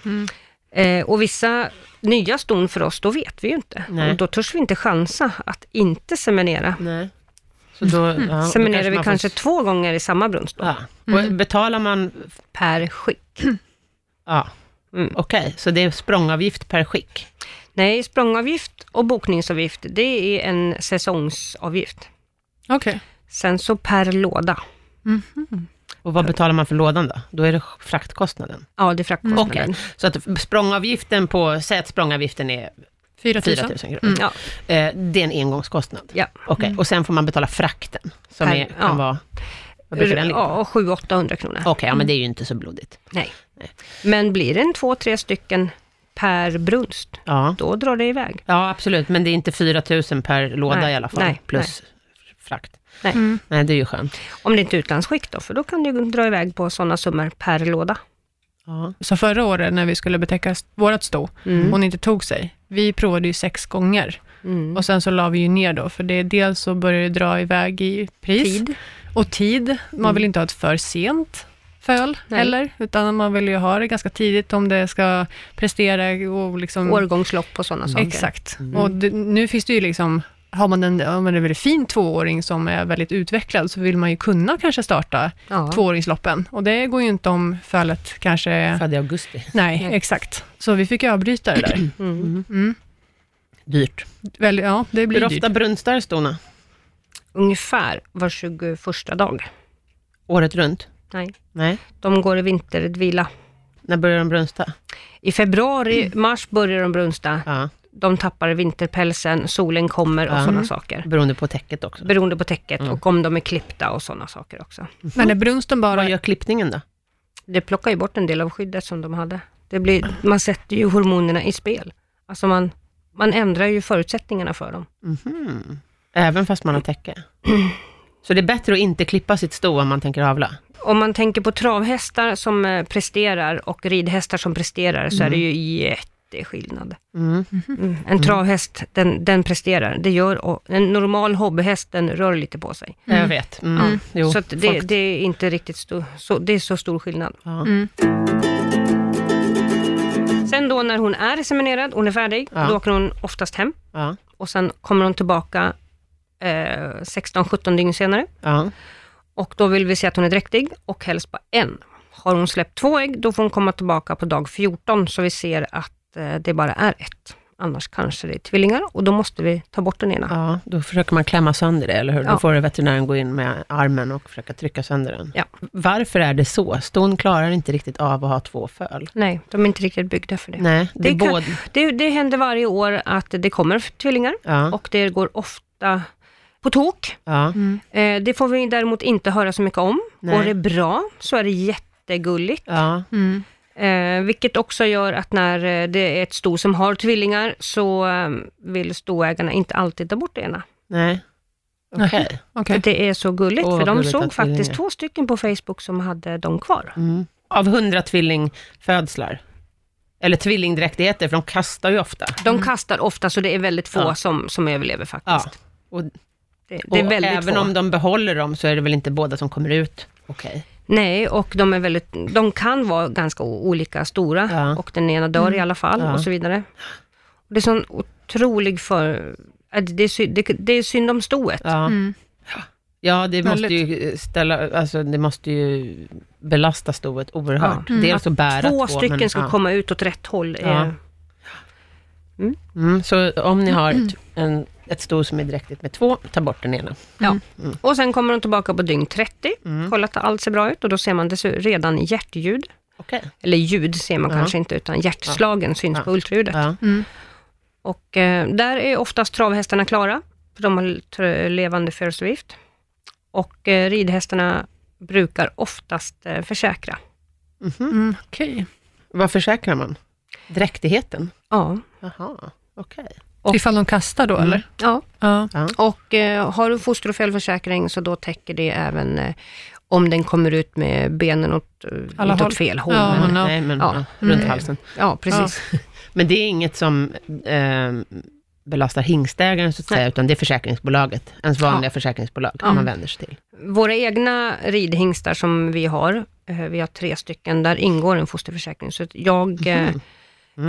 Speaker 3: Eh, och vissa nya ston för oss, då vet vi ju inte.
Speaker 1: Nej.
Speaker 3: Och då törs vi inte chansa att inte seminera.
Speaker 1: Nej. Så då,
Speaker 3: Mm.
Speaker 1: ja, då
Speaker 3: Seminerar vi
Speaker 1: man får-
Speaker 3: kanske två gånger i samma brunst då,
Speaker 1: Ja. Och
Speaker 3: Mm.
Speaker 1: betalar man...
Speaker 3: per skick.
Speaker 1: Ja.
Speaker 3: Mm.
Speaker 1: Okej, så det är språngavgift per skick?
Speaker 3: Nej, språngavgift och bokningsavgift, det är en säsongsavgift.
Speaker 2: Okej. Mhm.
Speaker 3: Sen så per låda.
Speaker 1: Och vad betalar man för lådan då? Då är det fraktkostnaden.
Speaker 3: Ja, det är fraktkostnaden.
Speaker 1: Okej, Mm. så att språngavgiften på, säg att språngavgiften är
Speaker 2: 4 000.
Speaker 1: 4 000 kronor.
Speaker 3: Ja,
Speaker 1: Eh, det är en engångskostnad.
Speaker 3: Mm. ja. Mm.
Speaker 1: Okej, och sen får man betala frakten, som
Speaker 3: Per-
Speaker 1: är, kan
Speaker 3: ja.
Speaker 1: vara... Vad brukar den ligga på?
Speaker 3: ja 700-800 kronor.
Speaker 1: Okej, ja, men det är ju
Speaker 3: Mm.
Speaker 1: inte så blodigt.
Speaker 3: Nej. Men blir det en två, tre stycken per brunst,
Speaker 1: Ja.
Speaker 3: då drar det iväg.
Speaker 1: ja, absolut, men det är inte 4 000 per låda
Speaker 3: Nej,
Speaker 1: i alla fall,
Speaker 3: nej,
Speaker 1: plus frakt.
Speaker 3: Nej.
Speaker 1: Nej, det är ju skönt.
Speaker 3: Om det inte är utlandsskick då, för då kan det ju dra iväg på sådana summor per låda.
Speaker 1: Ja.
Speaker 2: Så förra året när vi skulle betäcka st- vårt sto,
Speaker 3: Mm.
Speaker 1: Mm.
Speaker 2: hon inte tog sig, vi provade ju sex gånger.
Speaker 3: Mm.
Speaker 1: Mm.
Speaker 2: Och sen så la vi ju ner då, för det är dels så börjar det dra iväg i pris
Speaker 3: Tid.
Speaker 2: och tid. Man vill inte ha ett för sent föl
Speaker 3: Nej.
Speaker 2: heller, utan man vill ju ha det ganska tidigt om det ska prestera och
Speaker 3: Mm.
Speaker 2: liksom...
Speaker 3: årgångslopp och sådana saker.
Speaker 2: Exakt. Och det, nu finns det ju liksom, har man en, om man är en väldigt fin tvååring som är väldigt utvecklad, så vill man ju kunna kanske starta
Speaker 3: Ja.
Speaker 2: tvååringsloppen. Och det går ju inte om fölet kanske...
Speaker 1: Född i augusti.
Speaker 2: Nej, exakt. Så vi fick ju avbryta det där.
Speaker 1: Dyrt.
Speaker 2: Väl, ja, det blir
Speaker 1: Hur
Speaker 2: dyrt.
Speaker 1: ofta brunstar stona?
Speaker 3: ungefär var 21 dag.
Speaker 1: Året runt?
Speaker 3: Nej.
Speaker 1: Nej.
Speaker 3: De går i vinterdvila.
Speaker 1: När börjar de brunsta?
Speaker 3: I februari, mars börjar de brunsta.
Speaker 1: Ja,
Speaker 3: De tappar vinterpälsen, solen kommer och
Speaker 1: Ja.
Speaker 3: sådana saker.
Speaker 1: beroende på täcket också.
Speaker 3: Beroende på täcket
Speaker 1: Mm.
Speaker 3: och om de är klippta och sådana saker också.
Speaker 2: Men är brunsten bara...
Speaker 1: Vad gör klippningen då?
Speaker 3: Det plockar ju bort en del av skyddet som de hade. Det blir, man sätter ju hormonerna i spel. Alltså man, man ändrar ju förutsättningarna för dem.
Speaker 1: Mhm. Även fast man har täcke? Så det är bättre att inte klippa sitt sto om man tänker avla?
Speaker 3: Om man tänker på travhästar som eh, presterar och ridhästar som presterar, så är det ju jätteskillnad.
Speaker 1: Mm.
Speaker 3: Mm. En travhäst, den, den presterar. Det gör, och en normal hobbyhäst, den rör lite på sig.
Speaker 1: Jag vet. Mm. Jo,
Speaker 3: så att det,
Speaker 1: folk-
Speaker 3: det är inte riktigt stor, så, det är så stor skillnad.
Speaker 1: Ja.
Speaker 2: Mm.
Speaker 3: Sen då när hon är seminerad, hon är färdig,
Speaker 1: Ja.
Speaker 3: då åker hon oftast hem.
Speaker 1: Ja.
Speaker 3: Och sen kommer hon tillbaka eh, 16-17 dygn senare.
Speaker 1: Ja.
Speaker 3: Och då vill vi se att hon är dräktig och helst bara en. Har hon släppt två ägg, då får hon komma tillbaka på dag 14, så vi ser att eh, det bara är ett. Annars kanske det är tvillingar och då måste vi ta bort den ena.
Speaker 1: ja, då försöker man klämma sönder det, eller hur? Då
Speaker 3: Ja.
Speaker 1: får veterinären gå in med armen och försöka trycka sönder den.
Speaker 3: Ja.
Speaker 1: Varför är det så? Ston klarar inte riktigt av att ha två föl.
Speaker 3: Nej, de är inte riktigt byggda för det.
Speaker 1: Nej, det,
Speaker 3: Det
Speaker 1: är
Speaker 3: kan-
Speaker 1: både...
Speaker 3: Det, det händer varje år att det kommer tvillingar
Speaker 1: Ja,
Speaker 3: och det går ofta på tok.
Speaker 1: ja,
Speaker 2: Mm,
Speaker 3: Eh, det får vi däremot inte höra så mycket om.
Speaker 1: Nej.
Speaker 3: Går det bra så är det jättegulligt.
Speaker 1: ja,
Speaker 2: Mm.
Speaker 3: Eh, vilket också gör att när eh, det är ett sto som har tvillingar så eh, vill stoägarna inte alltid ta bort det ena.
Speaker 1: nej. Okej.
Speaker 2: Okej.
Speaker 3: För det är så gulligt,
Speaker 1: Åh, vad
Speaker 3: för de
Speaker 1: gulligt att
Speaker 3: såg faktiskt
Speaker 1: tvillingar.
Speaker 3: två stycken på Facebook som hade dem kvar.
Speaker 1: Mm. Av hundra tvillingfödslar. Eller tvillingdräktigheter, för de kastar ju ofta.
Speaker 3: De kastar ofta, så det är väldigt få
Speaker 1: Mm. Ja.
Speaker 3: som, som överlever
Speaker 1: Ja.
Speaker 3: faktiskt.
Speaker 1: Och,
Speaker 3: Det, det är
Speaker 1: och
Speaker 3: väldigt
Speaker 1: även
Speaker 3: få.
Speaker 1: om de behåller dem, så är det väl inte båda som kommer ut? Okej.
Speaker 3: Nej, och de, är väldigt, de kan vara ganska o- olika stora
Speaker 1: Ja. Mm.
Speaker 3: och den ena dör i alla fall
Speaker 1: Ja.
Speaker 3: och så vidare. Och det är sån otrolig för... äh, Det är, sy- det, det är synd om stoet.
Speaker 1: Ja.
Speaker 2: Mm.
Speaker 1: Ja, det måste
Speaker 2: Väldigt.
Speaker 1: ju ställa, alltså det måste ju belasta stoet oerhört.
Speaker 2: Ja. Mm.
Speaker 1: Dels att bära två,
Speaker 3: Två stycken
Speaker 1: men,
Speaker 3: ska
Speaker 1: ja.
Speaker 3: komma ut åt rätt håll.
Speaker 1: Ja.
Speaker 3: eh,
Speaker 1: Mm, så om ni har ett, en, ett sto som är dräktigt med två, ta bort den ena.
Speaker 3: Ja. Och sen kommer de tillbaka på dygn 30,
Speaker 1: Mm.
Speaker 3: kolla att allt ser bra ut och då ser man dess- redan hjärtljud.
Speaker 1: Okej.
Speaker 3: Eller ljud ser man
Speaker 1: Ja.
Speaker 3: kanske inte, utan hjärtslagen syns
Speaker 1: Ja.
Speaker 3: på ultraljudet.
Speaker 1: Ja.
Speaker 2: mm,
Speaker 3: Och eh, där är oftast travhästarna klara, för de har tr- levande födelsevift. Och eh, ridhästarna brukar oftast eh, försäkra.
Speaker 2: Mm. Okej.
Speaker 1: Mhm. Vad försäkrar man? Dräktigheten?
Speaker 3: Ja.
Speaker 1: Jaha, okej.
Speaker 3: Och-
Speaker 2: Ifall de kastar då, eller?
Speaker 3: ja.
Speaker 2: Ja.
Speaker 3: Och eh, har du foster och fällförsäkring så då täcker det även eh, om den kommer ut med benen åt, eh,
Speaker 2: Alla
Speaker 3: inte
Speaker 2: håll.
Speaker 3: åt fel håll.
Speaker 2: Ja,
Speaker 3: men,
Speaker 2: men-
Speaker 1: Nej, men
Speaker 3: Mm. Ja.
Speaker 1: ja, runt
Speaker 3: Mm.
Speaker 1: halsen.
Speaker 3: ja precis.
Speaker 1: Men det är inget som eh, belastar hingstägaren, så att
Speaker 3: Nej.
Speaker 1: säga, utan det är försäkringsbolaget, ens vanliga försäkringsbolag, som man vänder sig till.
Speaker 3: Våra egna ridhingstar som vi har, eh, vi har tre stycken, där ingår en fosterförsäkring. Så att jag, eh,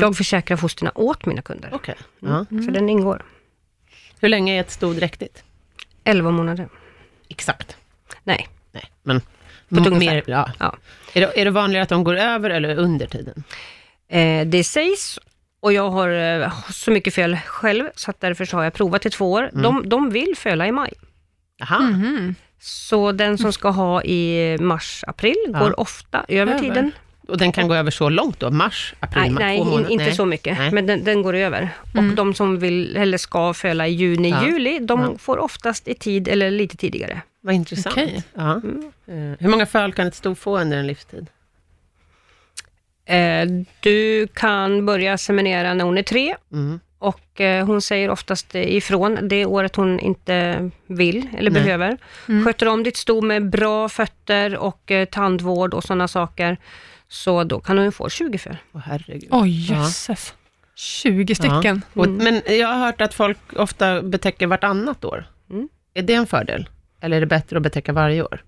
Speaker 3: jag försäkrar fosterna åt mina kunder.
Speaker 1: Okej. Ja.
Speaker 3: Mm. Så den ingår.
Speaker 1: Hur länge är ett sto dräktigt?
Speaker 3: 11 månader.
Speaker 1: Exakt.
Speaker 3: Nej,
Speaker 1: Nej, men
Speaker 3: ett
Speaker 1: m-
Speaker 3: ungefär.
Speaker 1: mer, ja.
Speaker 3: ja.
Speaker 1: Är, det, är det vanligare att de går över eller under tiden?
Speaker 3: Eh, det sägs, och jag har eh, så mycket fel själv, så att därför så har jag provat i två år. De, de vill föla i maj.
Speaker 1: Aha.
Speaker 3: Mm. Så den som ska ha i mars, april
Speaker 1: Ja.
Speaker 3: går ofta över,
Speaker 2: Över.
Speaker 3: tiden.
Speaker 1: Och den kan gå över så långt då? Mars, april,
Speaker 3: Nej,
Speaker 1: maj,
Speaker 3: nej
Speaker 1: två
Speaker 3: in,
Speaker 1: månader?
Speaker 3: inte så mycket,
Speaker 1: Nej. Mm.
Speaker 3: men den, den går över. Och de som vill, eller ska föla i juni,
Speaker 1: Ja.
Speaker 3: juli, de
Speaker 1: Ja.
Speaker 3: får oftast i tid eller lite tidigare.
Speaker 1: Vad intressant.
Speaker 2: Okej.
Speaker 1: Ja.
Speaker 3: Mm.
Speaker 1: Eh, Hur många föl kan ett sto få under en livstid?
Speaker 3: Eh, du kan börja seminera när hon är tre
Speaker 1: Mm.
Speaker 3: och eh, hon säger oftast ifrån det året hon inte vill eller
Speaker 1: Nej. Mm.
Speaker 3: behöver. Sköter om ditt sto med bra fötter och eh, tandvård och sådana saker, så då kan hon ju få 20 föl.
Speaker 1: Åh herregud.
Speaker 2: Oj,
Speaker 1: Ja.
Speaker 2: jösses. 20
Speaker 1: Ja.
Speaker 2: stycken.
Speaker 1: Och,
Speaker 3: Mm.
Speaker 1: men jag har hört att folk ofta betäcker vartannat år.
Speaker 3: Mm.
Speaker 1: Är det en fördel? Eller är det bättre att betäcka varje år?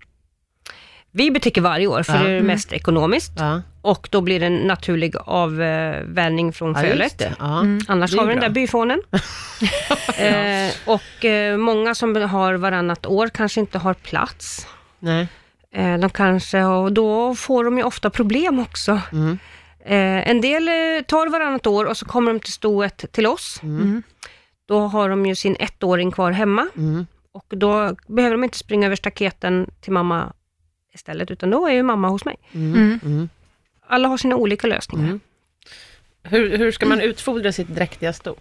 Speaker 3: Vi betäcker varje år, för
Speaker 1: Ja. Mm.
Speaker 3: det är det mest ekonomiskt.
Speaker 1: Ja,
Speaker 3: och då blir det en naturlig avvänjning från
Speaker 1: ja just
Speaker 3: fölet.
Speaker 1: det. Ja.
Speaker 2: Mm.
Speaker 3: Annars
Speaker 1: Det är
Speaker 3: har vi den
Speaker 1: bra.
Speaker 3: där byfånen. eh, och eh, många som har varannat år kanske inte har plats.
Speaker 1: Nej.
Speaker 3: Eh, de kanske, och då får de ju ofta problem också.
Speaker 1: Mm.
Speaker 3: Eh, en del eh, tar varannat år och så kommer de till stoet till oss.
Speaker 1: Mm.
Speaker 3: Då har de ju sin ettåring kvar hemma
Speaker 1: Mm.
Speaker 3: Och då behöver de inte springa över staketen till mamma istället, utan då är ju mamma hos mig.
Speaker 2: Mm.
Speaker 1: Mm.
Speaker 3: Alla har sina olika lösningar.
Speaker 1: Mm. Hur, hur ska man utfodra sitt dräktiga sto?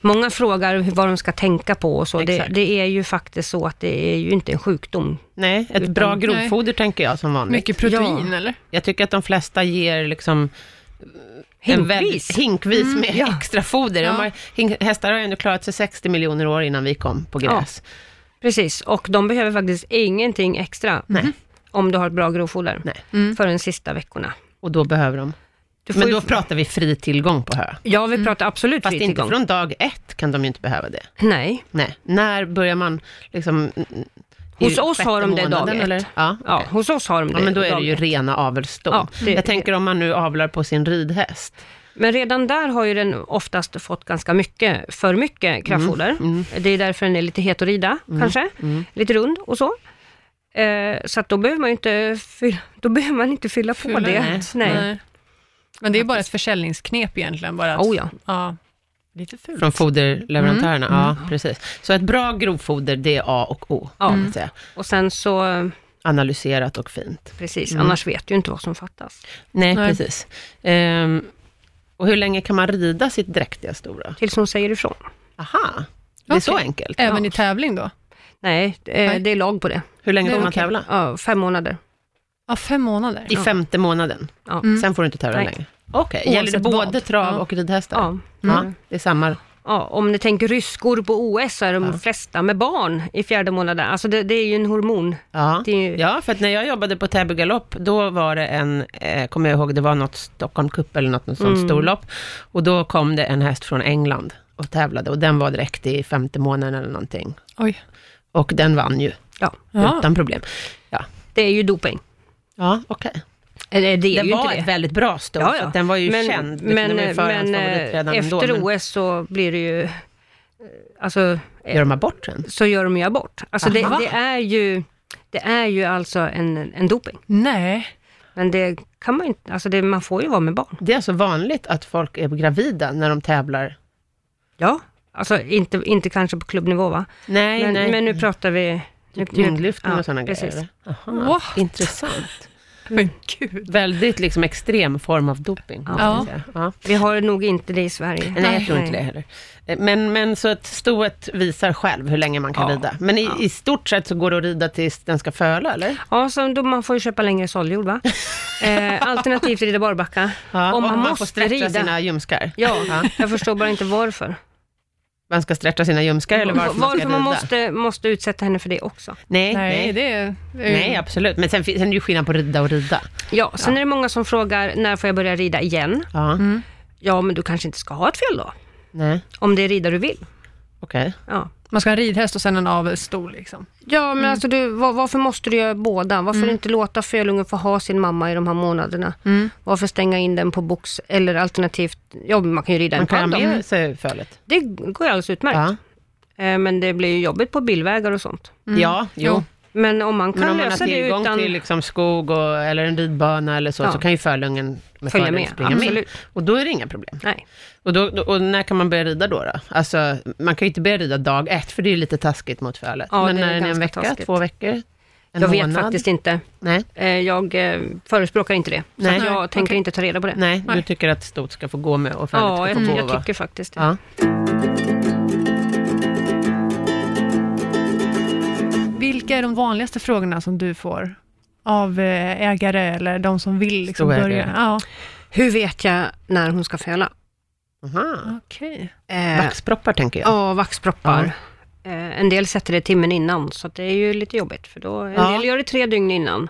Speaker 3: Många frågar hur- vad de ska tänka på och så. Det,
Speaker 1: Exakt.
Speaker 3: det är ju faktiskt så att det är ju inte en sjukdom.
Speaker 1: Nej, ett
Speaker 3: Utan-
Speaker 1: bra grovfoder tänker jag som vanligt.
Speaker 2: Mycket protein eller?
Speaker 1: Jag tycker att de flesta ger liksom en
Speaker 3: Hinkvis. Mm,
Speaker 1: väldigt- hinkvis med
Speaker 3: ja.
Speaker 1: extra foder. De
Speaker 2: Ja.
Speaker 1: har, hink, hästar har ju ändå klarat sig 60 miljoner år innan vi kom på gräs.
Speaker 3: Precis, och de behöver faktiskt ingenting extra
Speaker 1: Nej.
Speaker 3: om du har ett bra grovfoder
Speaker 1: Nej.
Speaker 2: Mm.
Speaker 3: för de sista veckorna.
Speaker 1: Och då behöver de.
Speaker 3: Du får
Speaker 1: Men
Speaker 3: ju-
Speaker 1: då pratar vi fri tillgång på hö.
Speaker 3: ja, vi pratar absolut
Speaker 1: Fast
Speaker 3: fri
Speaker 1: inte
Speaker 3: tillgång.
Speaker 1: från dag ett kan de ju inte behöva det.
Speaker 3: Nej,
Speaker 1: Nej. När börjar man liksom... mm, i
Speaker 3: Hos oss har de det
Speaker 1: sjätte
Speaker 3: dag
Speaker 1: månaden,
Speaker 3: ett.
Speaker 1: Ja,
Speaker 3: ja,
Speaker 1: okej.
Speaker 3: hos oss har de det.
Speaker 1: ja, men då är det ju
Speaker 3: dagligen.
Speaker 1: rena avelsston.
Speaker 3: Ja, det-
Speaker 1: Jag tänker om man nu avlar på sin ridhäst.
Speaker 3: Men redan där har ju den oftast fått ganska mycket, för
Speaker 1: Mm.
Speaker 3: mycket kraftfoder. Det är därför den är lite het att rida, kanske.
Speaker 1: mm.
Speaker 3: Lite rund och så. Eh, så att då behöver man ju inte fylla, då behöver man inte fylla på
Speaker 2: Fylla
Speaker 3: det.
Speaker 1: nej.
Speaker 3: Nej.
Speaker 2: Men det är bara ett försäljningsknep egentligen. Bara att,
Speaker 3: Oh, ja.
Speaker 2: ja. Lite fult.
Speaker 1: Från foderleverantörerna,
Speaker 3: Mm.
Speaker 1: ja precis. Så ett bra grovfoder, det är A och O.
Speaker 3: Ja.
Speaker 1: kan man säga.
Speaker 3: Och sen så,
Speaker 1: Analyserat och fint.
Speaker 3: precis,
Speaker 1: Mm.
Speaker 3: annars vet du ju inte vad som fattas.
Speaker 1: Nej,
Speaker 2: Nej.
Speaker 1: precis. Ehm, och hur länge kan man rida sitt dräktiga stora?
Speaker 3: Tills hon säger ifrån.
Speaker 1: Aha, det är så
Speaker 2: Okej.
Speaker 1: enkelt.
Speaker 2: Även
Speaker 3: Ja.
Speaker 2: i tävling då?
Speaker 3: Nej, eh,
Speaker 2: Nej.
Speaker 3: det är lag på det.
Speaker 1: Hur länge
Speaker 2: Nej,
Speaker 1: får man
Speaker 2: okej.
Speaker 1: tävla?
Speaker 3: Ja, fem månader.
Speaker 2: Ja, fem månader.
Speaker 1: I femte månaden?
Speaker 3: Ja.
Speaker 2: Mm.
Speaker 1: Sen får du inte tävla
Speaker 3: Nej.
Speaker 1: längre? Okej, gäller det
Speaker 2: Oavsett
Speaker 1: både
Speaker 2: vad.
Speaker 1: trav
Speaker 2: Ja.
Speaker 1: och ridhästar?
Speaker 3: Ja.
Speaker 1: Ja, det är samma.
Speaker 3: Ja, om ni tänker ryskor på OS så är de
Speaker 1: Ja.
Speaker 3: flesta med barn i fjärde månaden. Alltså det, det är ju en hormon.
Speaker 1: Ja.
Speaker 3: Det är ju,
Speaker 1: ja, för att när jag jobbade på Täby galopp, då var det en, eh, kommer jag ihåg, det var något Stockholm Cup eller något, något sånt
Speaker 3: Mm.
Speaker 1: storlopp. Och då kom det en häst från England och tävlade och den var direkt i femte månaden eller någonting.
Speaker 2: Oj.
Speaker 1: Och den vann ju,
Speaker 3: ja,
Speaker 2: Ja.
Speaker 1: utan problem. Ja,
Speaker 3: det är ju doping.
Speaker 1: ja okej.
Speaker 3: Eller det är
Speaker 1: Den
Speaker 3: ju
Speaker 1: var
Speaker 3: inte
Speaker 1: ett
Speaker 3: det.
Speaker 1: väldigt bra stort,
Speaker 3: Ja, ja.
Speaker 1: så att den var ju
Speaker 3: men
Speaker 1: känd. liksom,
Speaker 3: men,
Speaker 1: den var ju
Speaker 3: men
Speaker 1: förhandsfavorit redan
Speaker 3: eh,
Speaker 1: ändå,
Speaker 3: efter
Speaker 1: men
Speaker 3: OS så blir det ju... eh, Alltså,
Speaker 1: Gör de abort sen?
Speaker 3: så gör de ju abort. Alltså det,
Speaker 2: Aha.
Speaker 3: det är ju... Det är ju alltså en, en doping.
Speaker 2: Nej.
Speaker 3: Men det kan man ju inte... Alltså det, man får ju vara med barn.
Speaker 1: Det är alltså vanligt att folk är gravida när de tävlar?
Speaker 3: Ja. Alltså inte, inte kanske på klubbnivå va?
Speaker 1: Nej,
Speaker 3: men, men nu pratar vi... Nu,
Speaker 1: Typ tyngdlyftning
Speaker 3: ja,
Speaker 1: och sådana
Speaker 3: precis. Mm.
Speaker 1: grejer? eller? Aha,
Speaker 2: What?
Speaker 1: Intressant.
Speaker 2: Men gud.
Speaker 1: Väldigt liksom extrem form av doping. kan
Speaker 3: Ja.
Speaker 1: man säga. Ja.
Speaker 3: Vi har nog inte det i Sverige.
Speaker 1: Nej, jag tror inte det heller. Eh, Men, men så att stoet visar själv hur länge man kan
Speaker 3: Ja.
Speaker 1: rida. Men i, i stort sett så går det att rida tills den ska föla, eller?
Speaker 3: Ja, så då man får ju köpa längre såljord va? Eh, alternativt rida barbacka.
Speaker 1: Ja,
Speaker 3: Om man
Speaker 1: får
Speaker 3: måste
Speaker 1: stretcha
Speaker 3: rida.
Speaker 1: sina ljumskar.
Speaker 3: Ja, jag förstår bara inte varför.
Speaker 1: Man ska stretcha sina ljumskar eller varför, man ska
Speaker 3: Varför man
Speaker 1: rida.
Speaker 3: måste, måste utsätta henne för det också.
Speaker 1: Nej, nej.
Speaker 2: Nej, det är...
Speaker 1: Nej, absolut. Men sen, fin- sen är det ju skillnad på rida och rida.
Speaker 3: Ja, sen
Speaker 1: Ja.
Speaker 3: är det många som frågar, när får jag börja rida igen?
Speaker 1: Ja,
Speaker 3: Ja, men du kanske inte ska ha ett fel då?
Speaker 1: nej,
Speaker 3: Om det är rida du vill.
Speaker 1: okej.
Speaker 3: Ja,
Speaker 2: Man ska ha en ridhäst och sen en avelsstor liksom.
Speaker 3: ja
Speaker 1: Mm.
Speaker 3: men alltså du, var, varför måste du göra båda? Varför inte låta fölungen få ha sin mamma i de här månaderna?
Speaker 1: Mm.
Speaker 3: Varför stänga in den på box? Eller alternativt, ja, man kan ju rida
Speaker 1: Man
Speaker 3: en
Speaker 1: kan ha
Speaker 3: pall då.
Speaker 1: med sig fölet.
Speaker 3: Det går ju alldeles utmärkt.
Speaker 1: Ja,
Speaker 3: Eh, Men det blir ju jobbigt på bilvägar och sånt.
Speaker 1: ja jo.
Speaker 2: Jo.
Speaker 3: Men om man kan
Speaker 1: Men om man har
Speaker 3: lösa det
Speaker 1: tillgång
Speaker 3: utan...
Speaker 1: till liksom skog och, eller en ridbana eller så,
Speaker 3: Ja.
Speaker 1: så kan ju fölungen med
Speaker 3: Följa
Speaker 1: fördel
Speaker 3: med,
Speaker 1: springa med.
Speaker 3: absolut.
Speaker 1: Och då är det inga problem.
Speaker 3: Nej.
Speaker 1: Och, då, då, och när kan man börja rida då? då? Alltså, man kan ju inte börja rida dag ett, för det är ju lite taskigt mot fölet.
Speaker 3: Ja,
Speaker 1: Men
Speaker 3: det är
Speaker 1: när den är en
Speaker 3: ganska
Speaker 1: vecka,
Speaker 3: taskigt.
Speaker 1: två veckor, en
Speaker 3: jag
Speaker 1: månad?
Speaker 3: vet faktiskt inte.
Speaker 1: Nej,
Speaker 3: Eh, Jag eh, förespråkar inte det. Så
Speaker 1: Nej.
Speaker 3: att jag
Speaker 2: Nej,
Speaker 3: tänker
Speaker 2: okej.
Speaker 3: inte ta reda på det.
Speaker 1: nej, du
Speaker 2: Nej.
Speaker 1: tycker att stot ska få gå med och fölet
Speaker 3: Ja,
Speaker 1: ska få
Speaker 3: jag,
Speaker 1: gå
Speaker 3: jag
Speaker 1: va?
Speaker 3: tycker faktiskt det.
Speaker 1: Ja.
Speaker 2: Vilka är de vanligaste frågorna som du får av eh, ägare eller de som vill liksom
Speaker 1: Storägare.
Speaker 2: börja? Ja,
Speaker 3: Hur vet jag när hon ska föla?
Speaker 1: Aha.
Speaker 2: okej.
Speaker 3: Eh,
Speaker 1: Vaxproppar tänker jag.
Speaker 3: ja, vaxproppar. Eh, en del sätter det timmen innan, så att det är ju lite jobbigt. För då, en
Speaker 1: Ja.
Speaker 3: del gör det tre dygn innan.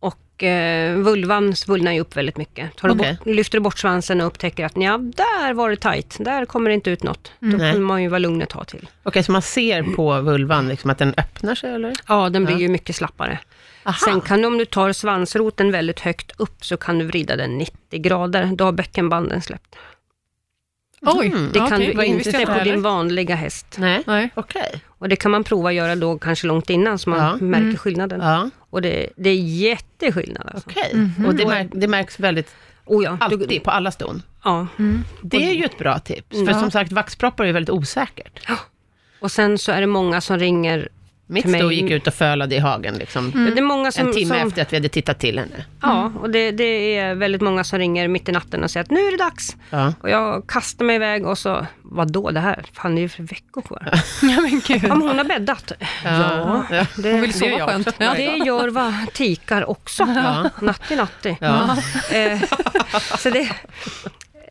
Speaker 3: Och eh, vulvan svullnar ju upp väldigt mycket. Tar du
Speaker 1: Okej.
Speaker 3: bort, lyfter du bort svansen och upptäcker att ja, där var det tajt, där kommer det inte ut något. Då
Speaker 1: Nej.
Speaker 3: kommer man ju vara lugn ett tag till.
Speaker 1: Okej, så man ser på vulvan liksom att den öppnar sig eller?
Speaker 3: Ja, den blir
Speaker 1: Ja.
Speaker 3: ju mycket slappare.
Speaker 1: Aha.
Speaker 3: Sen kan du, om du tar svansroten väldigt högt upp, så kan du vrida den 90 grader. Då har bäckenbanden släppt.
Speaker 2: Oj,
Speaker 1: Mm.
Speaker 3: Det kan
Speaker 2: okej,
Speaker 3: du
Speaker 2: visste jag
Speaker 3: inte på
Speaker 2: heller.
Speaker 3: din vanliga häst.
Speaker 1: Nej,
Speaker 2: Nej.
Speaker 1: okej.
Speaker 3: Och det kan man prova att göra då, kanske långt innan, så man
Speaker 1: Ja. Mm.
Speaker 3: märker skillnaden.
Speaker 1: Ja,
Speaker 3: Och det, det är jätteskillnad alltså.
Speaker 1: okej. Och det, mär- det märks väldigt
Speaker 3: Oh, ja. Du,
Speaker 1: alltid på alla ston.
Speaker 3: ja.
Speaker 1: Mm. Det är ju ett bra tips, för
Speaker 3: Ja.
Speaker 1: som sagt vaxproppar är ju väldigt osäkert.
Speaker 3: Och sen så är det många som ringer
Speaker 1: Mitt
Speaker 3: För mig-
Speaker 1: sto gick ut och fölade i hagen liksom.
Speaker 3: Det är många som,
Speaker 1: En timme
Speaker 3: som,
Speaker 1: efter att vi hade tittat till henne.
Speaker 3: Ja, och det, det är väldigt många som ringer mitt i natten och säger att nu är det dags.
Speaker 1: Ja.
Speaker 3: Och jag kastar mig iväg och så, vadå det här? Fan, det är ju för veckor kvar.
Speaker 2: Ja, men gud.
Speaker 3: Ja, men hon har bäddat. Ja,
Speaker 1: Ja.
Speaker 3: det,
Speaker 2: Hon vill sova
Speaker 1: jag
Speaker 2: skönt.
Speaker 1: också.
Speaker 2: Ja.
Speaker 3: det gör vad tikar också.
Speaker 1: Ja.
Speaker 3: Natti, natti.
Speaker 1: Ja.
Speaker 3: Eh, så det,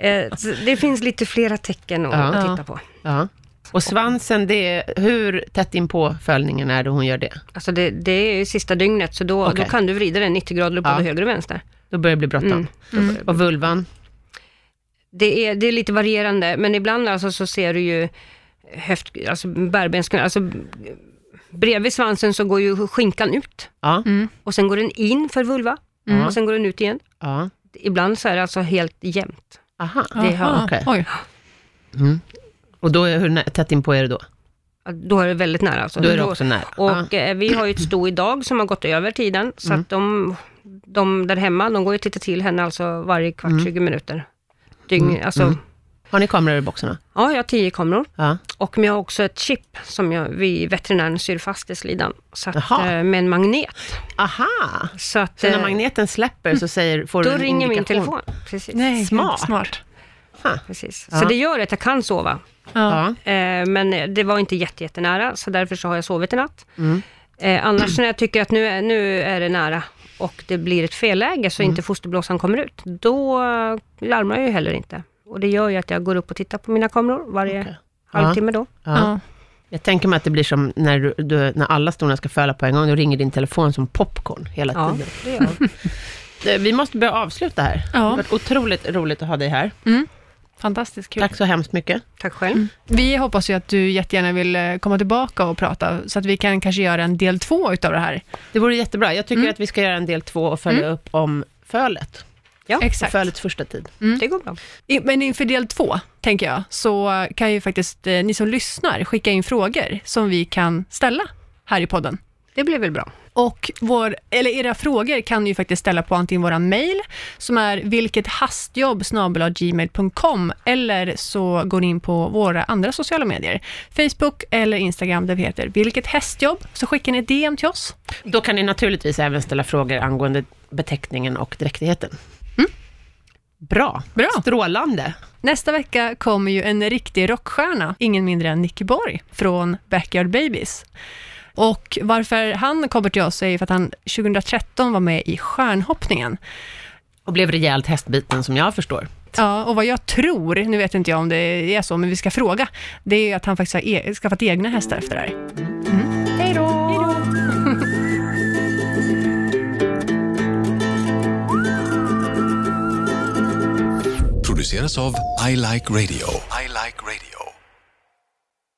Speaker 3: eh, så det finns lite flera tecken att
Speaker 1: Ja.
Speaker 3: att titta på.
Speaker 1: Ja. Och svansen, det är, hur tätt in på följningen är det hon gör det?
Speaker 3: Alltså det, det är ju sista dygnet, så då,
Speaker 1: Okej.
Speaker 3: då kan du vrida den 90 grader åt både
Speaker 1: Ja.
Speaker 3: höger och vänster.
Speaker 1: Då börjar det bli bråttom.
Speaker 3: Mm.
Speaker 1: Och vulvan?
Speaker 3: Det är, det är lite varierande, men ibland alltså så ser du ju höft, alltså bärbenskanal, alltså bredvid svansen så går ju skinkan ut
Speaker 1: Ja.
Speaker 3: och sen går den in för vulva
Speaker 1: Mm.
Speaker 3: och sen går den ut igen.
Speaker 1: ja.
Speaker 3: Ibland så är det alltså helt jämnt.
Speaker 1: Aha.
Speaker 3: det har-
Speaker 2: Aha,
Speaker 1: okej.
Speaker 2: Oj.
Speaker 1: Mm. Och då, är, hur nä- tätt in på är det då?
Speaker 3: Ja, Då är det väldigt nära. Alltså.
Speaker 1: Då är det
Speaker 3: Då-
Speaker 1: också nära.
Speaker 3: Och
Speaker 1: Ja.
Speaker 3: eh, vi har ju ett sto idag som har gått över tiden, så att
Speaker 1: Mm.
Speaker 3: de, de där hemma, de går ju och tittar till henne alltså varje kvart,
Speaker 1: Mm.
Speaker 3: 20 minuter. Dygn, alltså,
Speaker 1: Har ni kameror i boxarna?
Speaker 3: Ja, jag har tio kameror.
Speaker 1: Ja.
Speaker 3: Och men jag har också ett chip som jag, vi veterinären syr fast i slidan. Så att,
Speaker 1: Jaha.
Speaker 3: eh, med en magnet.
Speaker 1: Aha!
Speaker 3: Så att,
Speaker 1: Så när
Speaker 3: eh,
Speaker 1: magneten släpper så säger, får
Speaker 3: då
Speaker 1: du en
Speaker 3: ringer min
Speaker 1: indikation?
Speaker 3: telefon. Precis.
Speaker 2: Nej,
Speaker 1: Smart.
Speaker 2: smart. smart.
Speaker 3: Precis.
Speaker 1: Ja.
Speaker 3: Så det gör att jag kan sova.
Speaker 2: Ja.
Speaker 1: Ja.
Speaker 3: Eh, men eh, det var inte jätte, jättenära, så därför så har jag sovit i natt.
Speaker 1: Mm.
Speaker 3: Eh, annars när jag tycker att nu, är- nu är det nära och det blir ett felläge
Speaker 1: Mm.
Speaker 3: så inte fosterblåsan kommer ut, då eh, larmar jag ju heller inte. Och det gör ju att jag går upp och tittar på mina kameror varje
Speaker 1: Okej.
Speaker 3: halvtimme då.
Speaker 1: Ja. Jag tänker mig att det blir som när, du, du, när alla storna ska föla på en gång, då ringer din telefon som popcorn hela
Speaker 3: Ja,
Speaker 1: tiden.
Speaker 3: det gör jag.
Speaker 1: Det- Vi måste börja avsluta här.
Speaker 2: Ja.
Speaker 1: Det har varit otroligt roligt att ha dig här.
Speaker 2: Fantastiskt kul.
Speaker 1: Tack så hemskt mycket.
Speaker 3: Tack själv.
Speaker 1: Mm.
Speaker 2: Vi hoppas ju att du jättegärna vill eh, komma tillbaka och prata, så att vi kan kanske göra en del två utav det här.
Speaker 1: Det vore jättebra. Jag tycker att vi ska göra en del två och följa upp om fölet. Och
Speaker 2: Exakt.
Speaker 1: fölets första tid.
Speaker 3: Det går bra.
Speaker 2: I- Men inför del två, tänker jag, så kan ju faktiskt eh, ni som lyssnar skicka in frågor som vi kan ställa här i podden.
Speaker 3: Det blir väl bra.
Speaker 2: Och vår, eller era frågor kan ni ju faktiskt ställa på antingen våran mail, som är vilkethastjobb@gmail.com eller så går ni in på våra andra sociala medier, Facebook eller Instagram, där vi heter Vilket hästjobb, så skickar ni ett DM till oss.
Speaker 1: Då kan ni naturligtvis även ställa frågor angående beteckningen och dräktigheten. Bra.
Speaker 2: Bra.
Speaker 1: Strålande.
Speaker 2: Nästa vecka kommer ju en riktig rockstjärna, ingen mindre än Nicky Borg från Backyard Babies. Och varför han kommer till oss är ju för att han 2013 var med i stjärnhoppningen.
Speaker 1: Och blev rejält hästbiten som jag förstår.
Speaker 2: Ja, och vad jag tror, nu vet inte jag om det är så, men vi ska fråga, det är ju att han faktiskt har e- skaffat egna hästar efter det här.
Speaker 3: Hej då!
Speaker 4: produceras av I Like Radio. I like